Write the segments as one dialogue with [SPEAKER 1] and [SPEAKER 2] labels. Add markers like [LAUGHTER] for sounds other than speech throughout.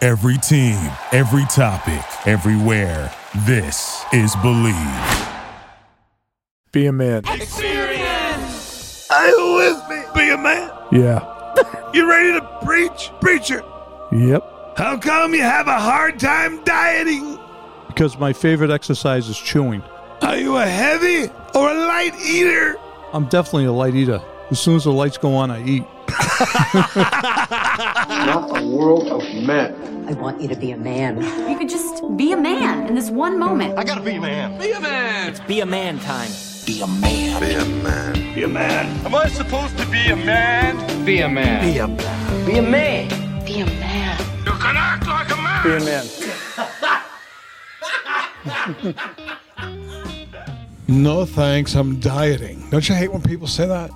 [SPEAKER 1] Every team, every topic, everywhere. This is Believe.
[SPEAKER 2] Be a man.
[SPEAKER 3] Hey, who is me? Be a man.
[SPEAKER 2] Yeah.
[SPEAKER 3] [LAUGHS] You ready to preach, preacher?
[SPEAKER 2] Yep.
[SPEAKER 3] How come you have a hard time dieting?
[SPEAKER 4] because my favorite exercise is chewing.
[SPEAKER 3] Are you a heavy or a light eater?
[SPEAKER 4] I'm definitely a light eater. As soon as the lights go on, I eat.
[SPEAKER 5] not a world of men.
[SPEAKER 6] I want you to be a man.
[SPEAKER 7] You could just be a man in this one moment.
[SPEAKER 8] Be a man time.
[SPEAKER 3] Am I supposed to be a man?
[SPEAKER 8] Be a man.
[SPEAKER 6] Be a man.
[SPEAKER 3] You can act like a man.
[SPEAKER 2] Be a man.
[SPEAKER 9] No thanks, I'm dieting. Don't you hate when people say that?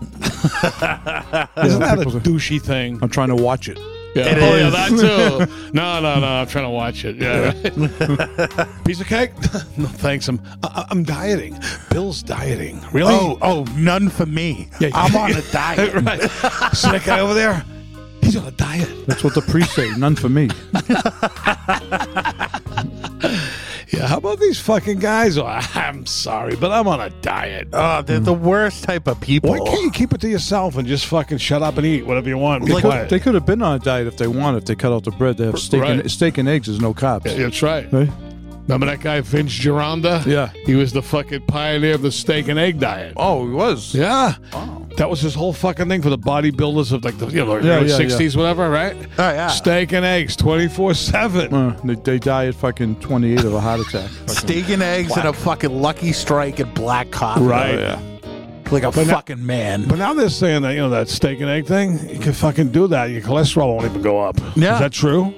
[SPEAKER 9] Isn't that a douchey thing?
[SPEAKER 4] I'm trying to watch it.
[SPEAKER 9] Yeah. oh, yeah, that too. [LAUGHS] No, no, no, I'm trying to watch it. Yeah. right. [LAUGHS] Piece of cake? no thanks, I'm I, I'm dieting. Bill's dieting. Really?
[SPEAKER 1] oh, none for me.
[SPEAKER 9] Yeah, yeah. right. See that guy over there? He's on a diet.
[SPEAKER 4] [LAUGHS] That's what the priest say. None for
[SPEAKER 9] [LAUGHS]
[SPEAKER 4] me.
[SPEAKER 9] Yeah, how about these fucking guys? Oh, [LAUGHS] I'm sorry, but I'm on a diet.
[SPEAKER 10] Oh, they're the worst type of people.
[SPEAKER 9] Why can't you keep it to yourself and just fucking shut up and eat whatever you want? Be
[SPEAKER 4] They could,
[SPEAKER 9] quiet.
[SPEAKER 4] they could have been on a diet if they wanted. If they cut out the bread, they have steak,
[SPEAKER 9] Right.
[SPEAKER 4] and, steak and eggs. There's no carbs.
[SPEAKER 9] Yeah, That's right.
[SPEAKER 4] Right?
[SPEAKER 9] Remember that guy Vince Gironda?
[SPEAKER 4] Yeah.
[SPEAKER 9] he was the fucking pioneer of the steak and egg diet.
[SPEAKER 4] Oh, it was.
[SPEAKER 9] Yeah, that was his whole fucking thing for the bodybuilders of like the you know
[SPEAKER 4] Oh. Yeah,
[SPEAKER 9] early
[SPEAKER 4] yeah, yeah.
[SPEAKER 9] '60s, whatever, right?
[SPEAKER 10] Oh, yeah.
[SPEAKER 9] Steak and eggs, twenty four seven.
[SPEAKER 4] Uh, they, they die at fucking 28 of a
[SPEAKER 9] [LAUGHS]
[SPEAKER 4] heart attack. Fucking-
[SPEAKER 10] Steak and eggs and a fucking Lucky Strike and black coffee.
[SPEAKER 9] Right.
[SPEAKER 10] Like a
[SPEAKER 9] But now-
[SPEAKER 10] fucking man.
[SPEAKER 9] Oh, But now they're saying that you know that steak and egg thing, you can fucking do that. Your cholesterol won't even go up.
[SPEAKER 10] Yeah.
[SPEAKER 9] is that true?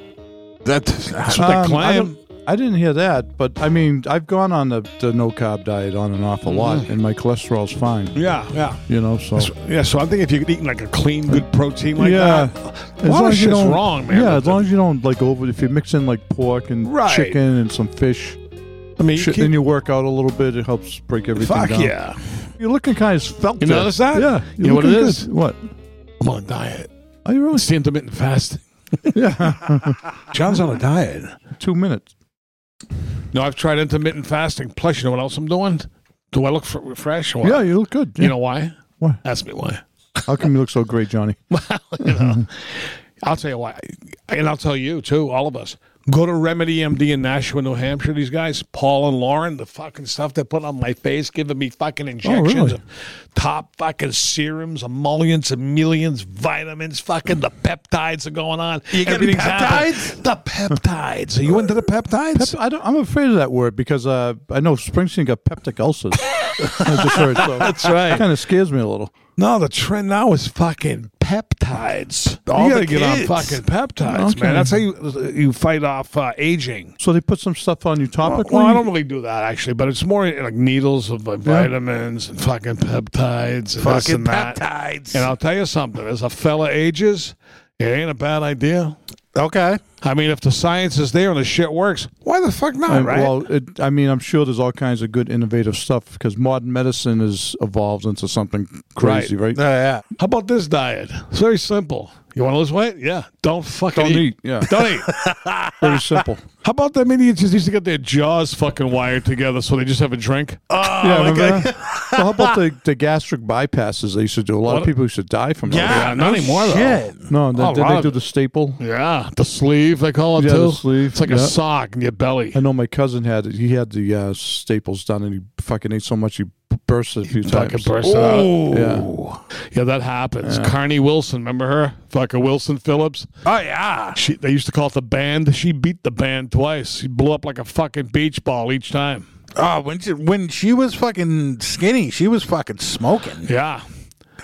[SPEAKER 10] That's
[SPEAKER 9] That's what they
[SPEAKER 4] Um, I,
[SPEAKER 9] claim.
[SPEAKER 4] don't- I didn't hear that, but I mean, I've gone on the, the no carb diet on and off a lot, and my cholesterol's fine.
[SPEAKER 9] Mm-hmm. Yeah, yeah.
[SPEAKER 4] You know, so.
[SPEAKER 9] So- Yeah, so I think if you're eating like a clean, good protein like
[SPEAKER 4] yeah.
[SPEAKER 9] that,
[SPEAKER 4] As
[SPEAKER 9] a lot
[SPEAKER 4] long
[SPEAKER 9] of
[SPEAKER 4] as you
[SPEAKER 9] shit's
[SPEAKER 4] don't-
[SPEAKER 9] wrong, man.
[SPEAKER 4] Yeah,
[SPEAKER 9] But
[SPEAKER 4] as long as you don't like over. If you mix in like pork and
[SPEAKER 9] Right.
[SPEAKER 4] chicken and some fish,
[SPEAKER 9] I mean, you
[SPEAKER 4] shit,
[SPEAKER 9] keep-
[SPEAKER 4] then you work out a little bit. It helps break everything
[SPEAKER 9] fuck
[SPEAKER 4] down.
[SPEAKER 9] yeah.
[SPEAKER 4] You're looking kind of svelte.
[SPEAKER 9] You notice that?
[SPEAKER 4] Yeah.
[SPEAKER 9] You know what
[SPEAKER 4] looking
[SPEAKER 9] it
[SPEAKER 4] good.
[SPEAKER 9] is?
[SPEAKER 4] What?
[SPEAKER 9] I'm on a diet.
[SPEAKER 4] Are you really?
[SPEAKER 9] It's the intermittent fasting.
[SPEAKER 4] Yeah.
[SPEAKER 9] John's on a diet.
[SPEAKER 4] [LAUGHS] Two minutes.
[SPEAKER 9] No, I've tried intermittent fasting. Plus, you know what else I'm doing? Do I look fr- fresh? Or what?
[SPEAKER 4] Yeah, you look good.
[SPEAKER 9] You know why?
[SPEAKER 4] Why?
[SPEAKER 9] Ask me why. [LAUGHS]
[SPEAKER 4] how come you look so great, [LAUGHS] Johnny?
[SPEAKER 9] you know, I'll tell you why, and I'll tell you too, all of us. Go to Remedy MD in Nashua, New Hampshire. These guys, Paul and Lauren, the fucking stuff they put on my face, giving me fucking injections,
[SPEAKER 4] really?
[SPEAKER 9] of top fucking serums, emollients, emollients, vitamins, fucking the peptides are going on. You
[SPEAKER 10] getting peptides?
[SPEAKER 9] The peptides. Are you into the peptides?
[SPEAKER 4] Pep- I don't, I'm afraid of that word because uh, I know Springsteen got peptic ulcers. [LAUGHS] I just heard, so That's
[SPEAKER 9] right.
[SPEAKER 4] Kind of scares me a little.
[SPEAKER 9] no, the trend now is fucking peptides. All you
[SPEAKER 10] the
[SPEAKER 9] gotta get on
[SPEAKER 10] kids.
[SPEAKER 9] fucking peptides,
[SPEAKER 4] Okay.
[SPEAKER 9] man. That's how you you fight off uh, aging.
[SPEAKER 4] So they put some stuff on you topically.
[SPEAKER 9] Well, I don't really do that actually, but it's more like needles of like, vitamins and fucking peptides and this
[SPEAKER 10] fucking
[SPEAKER 9] and that.
[SPEAKER 10] peptides.
[SPEAKER 9] And I'll tell you something: as a fella ages, it ain't a bad idea.
[SPEAKER 10] okay.
[SPEAKER 9] I mean, if the science is there and the shit works, why the fuck not?
[SPEAKER 4] I-
[SPEAKER 9] right?
[SPEAKER 4] Well, it, I mean, I'm sure there's all kinds of good innovative stuff because modern medicine has evolved into something crazy, right?
[SPEAKER 10] Oh, yeah.
[SPEAKER 9] How about this diet? It's very simple. You want to lose weight? Yeah. Don't fucking
[SPEAKER 4] Don't eat, yeah.
[SPEAKER 9] Don't eat. [LAUGHS]
[SPEAKER 4] Very simple.
[SPEAKER 9] How about them idiots who used to get their jaws fucking wired together so they just have a drink?
[SPEAKER 4] yeah, remember that? Well, how about the, the gastric bypasses they used to do? A lot
[SPEAKER 9] What?
[SPEAKER 4] of people used to die from that.
[SPEAKER 9] yeah, not anymore though.
[SPEAKER 10] Shit.
[SPEAKER 4] No, then,
[SPEAKER 9] Oh,
[SPEAKER 4] did
[SPEAKER 9] a lot
[SPEAKER 4] they
[SPEAKER 9] of
[SPEAKER 4] do
[SPEAKER 9] it.
[SPEAKER 4] the staple?
[SPEAKER 9] Yeah, the sleeve they call it
[SPEAKER 4] Yeah,
[SPEAKER 9] too.
[SPEAKER 4] the sleeve,
[SPEAKER 9] It's like a
[SPEAKER 4] yeah.
[SPEAKER 9] sock in your belly.
[SPEAKER 4] I know my cousin had it. He had the uh, staples done, and he fucking ate so much he burst it a few
[SPEAKER 9] Fucking
[SPEAKER 4] times.
[SPEAKER 9] burst it
[SPEAKER 4] Yeah.
[SPEAKER 9] out. Uh, Yeah. that happens. Carney Wilson, remember her? Fucking Wilson Phillips.
[SPEAKER 10] Oh, yeah.
[SPEAKER 9] She, they used to call it the band. She beat the band twice. She blew up like a fucking beach ball each time.
[SPEAKER 10] Oh, when she, when she was fucking skinny, she was fucking smoking.
[SPEAKER 9] Yeah.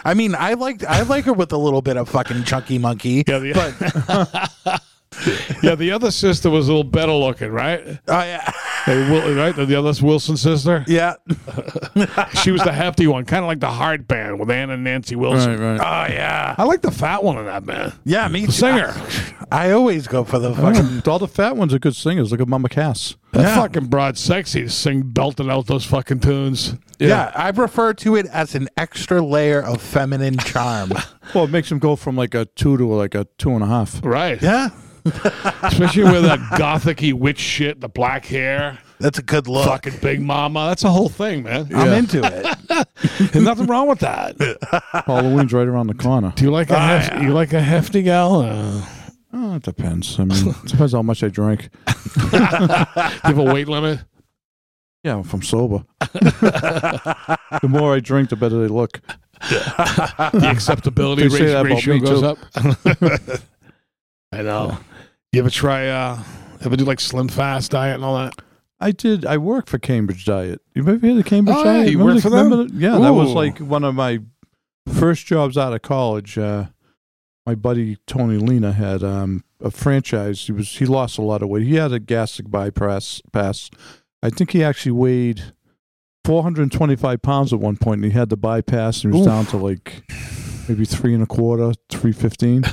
[SPEAKER 10] I mean, I liked I like her with a little bit of fucking chunky monkey.
[SPEAKER 9] Yeah, the, [LAUGHS] yeah, the other sister was a little better looking, right?
[SPEAKER 10] Oh yeah, [LAUGHS]
[SPEAKER 9] They will, right? The, the other Wilson sister.
[SPEAKER 10] yeah.
[SPEAKER 9] She was the hefty one, kind of like the hard band with Ann and Nancy Wilson.
[SPEAKER 4] Right, right.
[SPEAKER 10] Oh yeah,
[SPEAKER 9] I like the fat one in that, man.
[SPEAKER 10] yeah. Me
[SPEAKER 9] The
[SPEAKER 10] too.
[SPEAKER 9] singer.
[SPEAKER 10] I always go for the fucking.
[SPEAKER 4] Yeah, All the fat ones are good singers. Look at Mama Cass.
[SPEAKER 9] That fucking broad sexy to sing belting out those fucking tunes.
[SPEAKER 10] Yeah. I refer to it as an extra layer of feminine charm.
[SPEAKER 9] [LAUGHS]
[SPEAKER 4] Well, it makes him go from like a two to like a two and a half.
[SPEAKER 9] Right.
[SPEAKER 10] yeah,
[SPEAKER 9] especially with that gothicy witch shit, the black hair,
[SPEAKER 10] That's a good look.
[SPEAKER 9] fucking Big Mama. That's a whole thing, man.
[SPEAKER 10] I'm into it.
[SPEAKER 9] There's nothing wrong with that. Ah, Do
[SPEAKER 4] Halloween's right around the corner.
[SPEAKER 9] you like a hef- you like a hefty gal? Uh,
[SPEAKER 4] Oh, it depends. I mean, it depends how much I drink.
[SPEAKER 9] do you have a weight limit?
[SPEAKER 4] Yeah, if I'm sober. [LAUGHS] the more I drink, the better they look.
[SPEAKER 9] The acceptability
[SPEAKER 4] [LAUGHS] They say
[SPEAKER 9] ratio,
[SPEAKER 4] that about
[SPEAKER 9] ratio
[SPEAKER 4] me,
[SPEAKER 9] goes
[SPEAKER 4] too. [LAUGHS]
[SPEAKER 9] up. I know. You ever try? uh Ever do like slim fast diet and all that?
[SPEAKER 4] I did. I worked for Cambridge Diet. You ever heard of Cambridge
[SPEAKER 9] Oh, yeah,
[SPEAKER 4] Diet?
[SPEAKER 9] you
[SPEAKER 4] Remember
[SPEAKER 9] worked
[SPEAKER 4] the-
[SPEAKER 9] for them?
[SPEAKER 4] remember the- yeah, that was
[SPEAKER 9] Ooh.
[SPEAKER 4] like one of my first jobs out of college. Uh, my buddy Tony Lena had um, a franchise. He was he lost a lot of weight. He had a gastric bypass. Pass. I think he actually weighed 425 pounds at one point, and he had the bypass, and he was
[SPEAKER 9] Oof.
[SPEAKER 4] down to like maybe three and a quarter,
[SPEAKER 9] [LAUGHS]
[SPEAKER 4] three fifteen.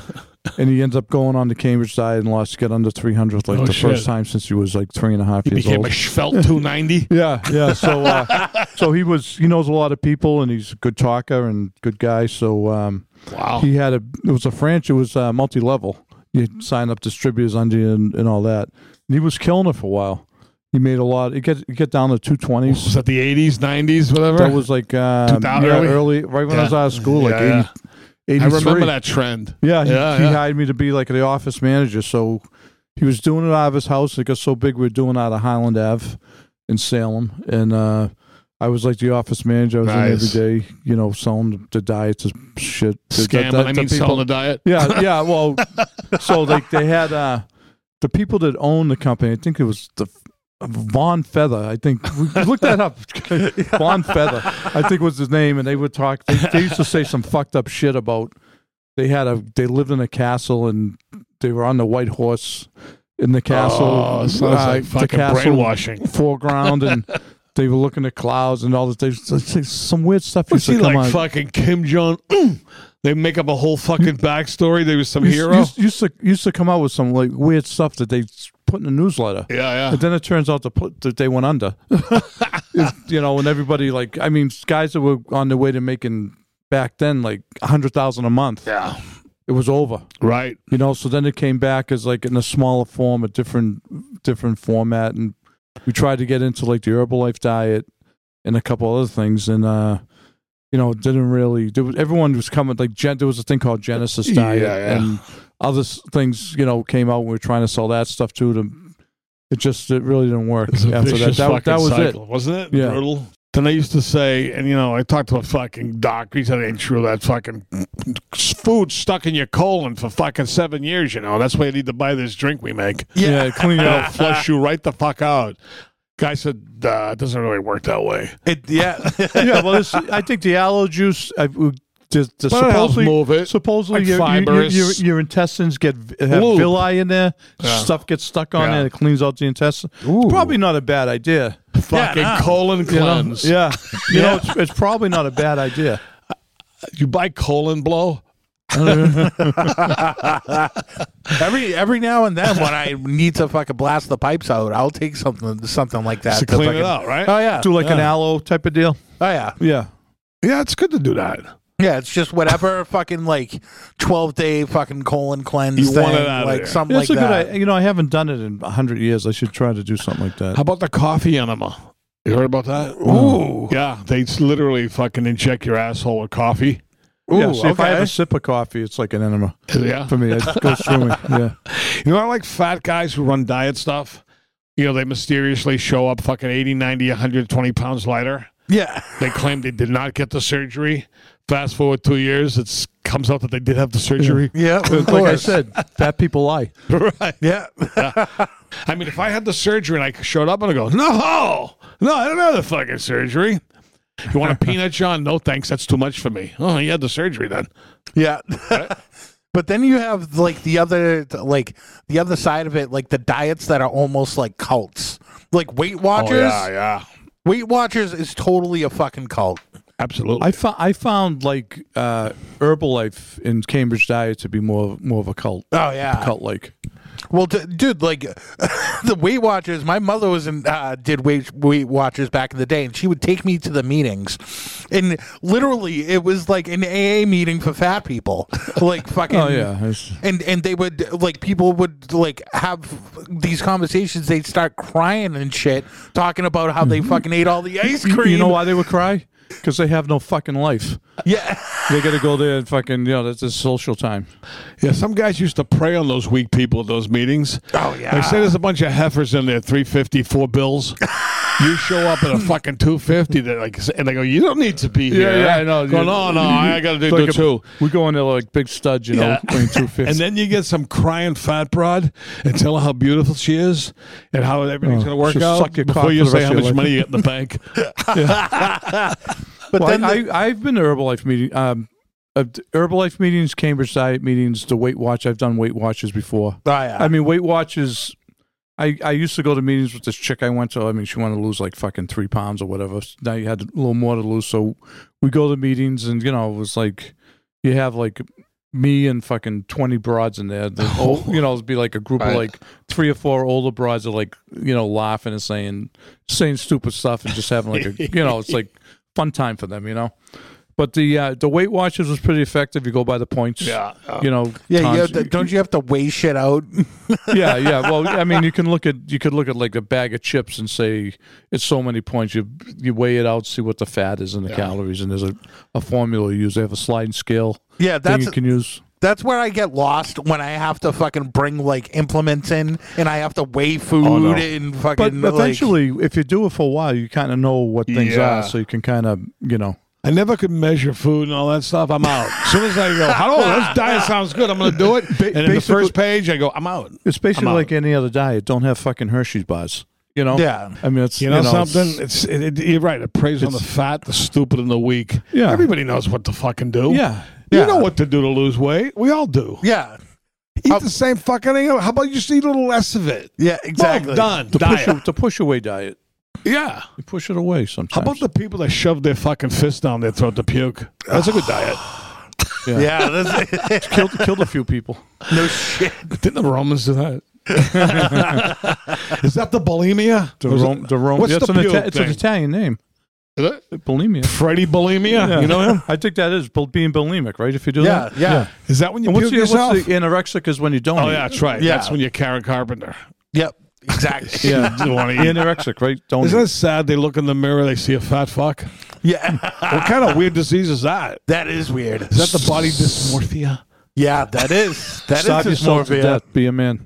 [SPEAKER 4] And he ends up going on the Cambridge diet and lost, got under 300, like
[SPEAKER 9] Oh,
[SPEAKER 4] the
[SPEAKER 9] shit.
[SPEAKER 4] first time since he was like three and a half
[SPEAKER 9] You
[SPEAKER 4] years
[SPEAKER 9] became
[SPEAKER 4] old.
[SPEAKER 9] a Schvelt 290.
[SPEAKER 4] Yeah, yeah. So,
[SPEAKER 9] [LAUGHS]
[SPEAKER 4] uh, so he was. He knows a lot of people, and he's a good talker and good guy. So, um,
[SPEAKER 9] Wow.
[SPEAKER 4] he had a. It was a French. It was uh, multi level. You sign up distributors under you and, and all that. And he was killing it for a while. He made a lot. He get he get down to two
[SPEAKER 9] Was [LAUGHS]
[SPEAKER 4] twenties.
[SPEAKER 9] that the 80s, 90s, whatever?
[SPEAKER 4] That was like um,
[SPEAKER 9] 2000
[SPEAKER 4] yeah,
[SPEAKER 9] early?
[SPEAKER 4] early, right when I was
[SPEAKER 9] Yeah.
[SPEAKER 4] out of school, like
[SPEAKER 9] Yeah, yeah.
[SPEAKER 4] 80,
[SPEAKER 9] I
[SPEAKER 4] 83.
[SPEAKER 9] remember that trend.
[SPEAKER 4] Yeah, he,
[SPEAKER 9] Yeah,
[SPEAKER 4] he
[SPEAKER 9] yeah.
[SPEAKER 4] hired me to be like the office manager. So he was doing it out of his house. It got so big, we were doing it out of Highland Ave in Salem, and uh, I was like the office manager. I was
[SPEAKER 9] Nice.
[SPEAKER 4] in every day, you know, selling the diets and shit. to- that-
[SPEAKER 9] Scamming,
[SPEAKER 4] that-
[SPEAKER 9] I
[SPEAKER 4] to
[SPEAKER 9] mean, selling a diet.
[SPEAKER 4] yeah, yeah. Well, so like they had uh, the people that owned the company. I think it was the Von Feather. I think we look
[SPEAKER 9] [LAUGHS]
[SPEAKER 4] that up. Von Feather, I think was his name, and they would talk. They, they used to say some fucked up shit about. They had a. They lived in a castle, and they were on the white horse in the castle.
[SPEAKER 9] Oh, it sounds
[SPEAKER 4] uh,
[SPEAKER 9] like
[SPEAKER 4] the
[SPEAKER 9] fucking
[SPEAKER 4] castle
[SPEAKER 9] brainwashing.
[SPEAKER 4] foreground, and they were looking at clouds and all this. They, some weird stuff.
[SPEAKER 9] Was
[SPEAKER 4] used to
[SPEAKER 9] he
[SPEAKER 4] come
[SPEAKER 9] like
[SPEAKER 4] on.
[SPEAKER 9] fucking Kim Jong? they make up a whole fucking backstory. There was some
[SPEAKER 4] used,
[SPEAKER 9] hero.
[SPEAKER 4] Used, used to used to come out with some like weird stuff that they s- put in the newsletter.
[SPEAKER 9] yeah, yeah.
[SPEAKER 4] But then it turns out to put, that they
[SPEAKER 9] [LAUGHS]
[SPEAKER 4] went under. It's- you know, and everybody like I mean, guys that were on their way to making back then like a hundred thousand a month.
[SPEAKER 9] Yeah.
[SPEAKER 4] It was over.
[SPEAKER 9] Right.
[SPEAKER 4] You know, so then it came back as like in a smaller form, a different different format, and we tried to get into like the Herbalife diet and a couple other things, and uh, you know, it didn't really. There was, everyone was coming like gen, there was a thing called Genesis diet,
[SPEAKER 9] Yeah, yeah.
[SPEAKER 4] and other s- things you know came out. and We were trying to sell that stuff too. To it just it really didn't work
[SPEAKER 9] It's a
[SPEAKER 4] after that.
[SPEAKER 9] vicious
[SPEAKER 4] That,
[SPEAKER 9] fucking
[SPEAKER 4] that was
[SPEAKER 9] cycle, wasn't it?
[SPEAKER 4] Yeah.
[SPEAKER 9] Brutal. Then I used to say, and you know, I talked to a fucking doc. He said it ain't true. That fucking food stuck in your colon for fucking seven years. You know, that's why you need to buy this drink we
[SPEAKER 4] [LAUGHS]
[SPEAKER 9] make.
[SPEAKER 4] it. Yeah, clean it
[SPEAKER 9] It'll
[SPEAKER 4] up.
[SPEAKER 9] flush you right the fuck out. Guy said, uh, it doesn't really work that way.
[SPEAKER 10] It, yeah.
[SPEAKER 4] yeah, well, this, I think the aloe juice. I, we- the, the
[SPEAKER 9] But it helps
[SPEAKER 4] supposedly
[SPEAKER 9] move it.
[SPEAKER 4] supposedly
[SPEAKER 9] Like
[SPEAKER 4] your, your- your,
[SPEAKER 9] fibrous.
[SPEAKER 4] your, your intestines get have
[SPEAKER 9] Lube.
[SPEAKER 4] villi in there.
[SPEAKER 9] Yeah.
[SPEAKER 4] Stuff gets stuck on
[SPEAKER 9] Yeah.
[SPEAKER 4] there. It cleans out the intestine. It's Probably not a bad idea.
[SPEAKER 9] Fucking colon [LAUGHS] cleanse.
[SPEAKER 4] Yeah, you know, it's, it's probably not a bad idea.
[SPEAKER 9] You buy colon blow?
[SPEAKER 10] Every every now and then, when I need to fucking blast the pipes out, I'll take something something like that
[SPEAKER 9] to clean
[SPEAKER 10] fucking-
[SPEAKER 9] it out, right?
[SPEAKER 10] Oh yeah,
[SPEAKER 4] Do like an aloe type of deal.
[SPEAKER 10] oh yeah,
[SPEAKER 4] Yeah,
[SPEAKER 9] yeah, it's good to do that.
[SPEAKER 10] yeah. It's just whatever fucking like twelve day fucking colon cleanse
[SPEAKER 9] You
[SPEAKER 10] thing,
[SPEAKER 9] want it out of
[SPEAKER 10] like
[SPEAKER 9] there.
[SPEAKER 10] something
[SPEAKER 4] it's
[SPEAKER 10] like
[SPEAKER 4] a good.
[SPEAKER 10] that.
[SPEAKER 4] idea. You know, I haven't done it in hundred years. I should try to do something like
[SPEAKER 9] How
[SPEAKER 4] that.
[SPEAKER 9] about the coffee enema? You heard about that? Ooh. Yeah, they s- literally fucking inject your asshole with coffee.
[SPEAKER 4] yeah, see, if I have
[SPEAKER 10] okay.
[SPEAKER 4] a sip of coffee, it's like an enema
[SPEAKER 9] Yeah.
[SPEAKER 4] for me. It goes through me. Yeah,
[SPEAKER 9] You know, I like fat guys who run diet stuff. You know, they mysteriously show up fucking 80, 90, 120 pounds lighter.
[SPEAKER 10] Yeah,
[SPEAKER 9] They claim they did not get the surgery. Fast forward two years, it comes out that they did have the surgery.
[SPEAKER 10] yeah. Of
[SPEAKER 4] like I
[SPEAKER 10] course.
[SPEAKER 4] said, fat people lie.
[SPEAKER 9] right.
[SPEAKER 10] yeah.
[SPEAKER 9] I mean, if I had the surgery and I showed up and I go, no, no, I don't have the fucking surgery. You want a peanut, John? No, thanks. That's too much for me. Oh, you had the surgery then.
[SPEAKER 10] Yeah. [LAUGHS] but then you have like the other like the other side of it, like the diets that are almost like cults. Like
[SPEAKER 4] Oh,
[SPEAKER 10] Weight Watchers.
[SPEAKER 9] Oh, yeah.
[SPEAKER 10] Weight Watchers is totally a fucking cult.
[SPEAKER 9] Absolutely.
[SPEAKER 4] I found I found like uh, Herbalife and Cambridge Diet to be more more of a cult.
[SPEAKER 10] Oh, yeah.
[SPEAKER 4] cult like.
[SPEAKER 10] Well, d- dude, like [LAUGHS] the Weight Watchers, my mother was in uh, did Weight Weight Watchers back in the day, and she would take me to the meetings, and literally it was like an AA meeting for fat people, [LAUGHS] like fucking.
[SPEAKER 4] [LAUGHS] Oh, yeah, it's-
[SPEAKER 10] And and they would like people would like have these conversations. They'd start crying and shit, talking about how they fucking ate all the ice cream.
[SPEAKER 4] Mm-hmm. You know why they would cry? Because they have no fucking life.
[SPEAKER 10] Yeah.
[SPEAKER 4] They got to go there and fucking, you know, that's a social time.
[SPEAKER 9] Yeah, some guys used to prey on those weak people at those meetings.
[SPEAKER 10] Oh, yeah.
[SPEAKER 9] They say there's a bunch of heifers in there, 350, four
[SPEAKER 4] [LAUGHS]
[SPEAKER 9] bills. you show up at a fucking 250, they're like, and they go, you don't need to be here. Go, no, no, I got to do
[SPEAKER 4] It's like
[SPEAKER 9] the
[SPEAKER 4] a-
[SPEAKER 9] two.
[SPEAKER 4] We go in there like big studs, you know,
[SPEAKER 9] Yeah.
[SPEAKER 4] playing
[SPEAKER 9] [LAUGHS]
[SPEAKER 4] two fifths.
[SPEAKER 9] And then you get some crying fat broad and tell her how beautiful she is and how everything's
[SPEAKER 4] Oh,
[SPEAKER 9] going to work
[SPEAKER 4] she'll
[SPEAKER 9] out
[SPEAKER 4] suck your cock
[SPEAKER 9] before
[SPEAKER 4] for
[SPEAKER 9] you
[SPEAKER 4] the
[SPEAKER 9] say
[SPEAKER 4] rest
[SPEAKER 9] how
[SPEAKER 4] of your
[SPEAKER 9] much
[SPEAKER 4] life.
[SPEAKER 9] money you get in the bank.
[SPEAKER 10] But
[SPEAKER 4] Well,
[SPEAKER 10] then
[SPEAKER 4] I,
[SPEAKER 10] the-
[SPEAKER 4] I, I've been to Herbalife meeting, um, uh, Herbalife meetings, Cambridge Diet meetings, the Weight Watch. I've done Weight Watchers before.
[SPEAKER 10] Oh, yeah.
[SPEAKER 4] I mean, Weight Watchers. I, I used to go to meetings with this chick I went to. I mean, she wanted to lose like fucking three pounds or whatever. Now you had a little more to lose, so we go to meetings, and you know, it was like you have like me and fucking twenty broads in there. The [LAUGHS] whole, you know, it'd be like a group of like three or four older broads are like you know laughing and saying saying stupid stuff and just having like a [LAUGHS] you know, it's like fun time for them, you know. But the uh, the Weight Watchers was pretty effective. You go by the points, yeah. You know,
[SPEAKER 10] yeah, you
[SPEAKER 4] times-
[SPEAKER 10] have to, don't you have to weigh shit out?
[SPEAKER 4] yeah, yeah. Well, I mean, you can look at you could look at like a bag of chips and say it's so many points. You you weigh it out, see what the fat is and the calories, and there's a, a formula you use. They have a sliding scale.
[SPEAKER 10] Yeah,
[SPEAKER 4] thing
[SPEAKER 10] that's-
[SPEAKER 4] you can use.
[SPEAKER 10] That's where I get lost when I have to fucking bring like implements in and I have to weigh food and
[SPEAKER 4] Oh, But
[SPEAKER 10] fucking. like-
[SPEAKER 4] eventually, if you do it for a while, you kind of know what things
[SPEAKER 9] Yeah.
[SPEAKER 4] are, so you can kind of you know.
[SPEAKER 9] I never could measure food and all that stuff. I'm out. As soon as I go, hello, this
[SPEAKER 4] [LAUGHS]
[SPEAKER 9] diet sounds good. I'm going to do it.
[SPEAKER 4] Ba-
[SPEAKER 9] And in the first
[SPEAKER 4] basically-
[SPEAKER 9] page, I go, I'm out.
[SPEAKER 4] It's basically
[SPEAKER 9] out.
[SPEAKER 4] like any other diet. Don't have fucking Hershey's bars. You know.
[SPEAKER 10] Yeah.
[SPEAKER 4] I mean, it's
[SPEAKER 9] You know,
[SPEAKER 4] it's-
[SPEAKER 9] something? It's, it, it, you're right. It preys on the fat, the stupid, and the weak.
[SPEAKER 4] Yeah.
[SPEAKER 9] Everybody knows what to fucking do.
[SPEAKER 4] Yeah.
[SPEAKER 9] You
[SPEAKER 10] Yeah.
[SPEAKER 9] know what to do to lose weight. We all do.
[SPEAKER 10] yeah,
[SPEAKER 9] Eat the same fucking thing. How about you just eat a little less of it?
[SPEAKER 10] yeah, exactly.
[SPEAKER 9] Well done.
[SPEAKER 4] The push,
[SPEAKER 9] Diet.
[SPEAKER 4] the push away diet.
[SPEAKER 9] Yeah.
[SPEAKER 4] You push it away sometimes.
[SPEAKER 9] How about the people that shove their fucking fist down their throat to puke? That's a good diet.
[SPEAKER 10] Yeah, that's,
[SPEAKER 4] killed killed a few people?
[SPEAKER 10] [LAUGHS] no shit.
[SPEAKER 9] [SIGHS] Didn't the Romans do that? [LAUGHS] Is that the bulimia?
[SPEAKER 4] The
[SPEAKER 9] Was it-
[SPEAKER 4] Rome, the Rome.
[SPEAKER 9] What's
[SPEAKER 4] that's
[SPEAKER 9] the
[SPEAKER 4] an
[SPEAKER 9] puke
[SPEAKER 4] Ita- It's an
[SPEAKER 9] thing?
[SPEAKER 4] Italian name.
[SPEAKER 9] Is it?
[SPEAKER 4] Bulimia.
[SPEAKER 9] Freddy bulimia. You know [LAUGHS] him?
[SPEAKER 4] I think that is bul- being bulimic, right? If you do
[SPEAKER 10] Yeah,
[SPEAKER 4] that.
[SPEAKER 10] yeah.
[SPEAKER 9] Is that when you
[SPEAKER 4] And what's
[SPEAKER 9] puke
[SPEAKER 4] the, what's
[SPEAKER 9] yourself?
[SPEAKER 4] the anorexic is when you don't.
[SPEAKER 9] oh,
[SPEAKER 4] eat.
[SPEAKER 9] yeah, that's right.
[SPEAKER 10] Yeah.
[SPEAKER 9] That's when you're Karen Carpenter.
[SPEAKER 10] Yep,
[SPEAKER 4] [LAUGHS]
[SPEAKER 10] exactly.
[SPEAKER 4] [LAUGHS] Yeah.
[SPEAKER 9] You wanna eat.
[SPEAKER 4] anorexic, right? Don't.
[SPEAKER 9] Isn't
[SPEAKER 4] eat.
[SPEAKER 9] it sad? They look in the mirror, they see a fat fuck.
[SPEAKER 10] Yeah,
[SPEAKER 9] What kind of weird disease is that?
[SPEAKER 10] [LAUGHS] that is weird.
[SPEAKER 9] Is that the body dysmorphia?
[SPEAKER 10] Yeah, that is that is
[SPEAKER 4] Starve
[SPEAKER 10] just
[SPEAKER 4] yourself to
[SPEAKER 10] morbid.
[SPEAKER 4] death. Be a man.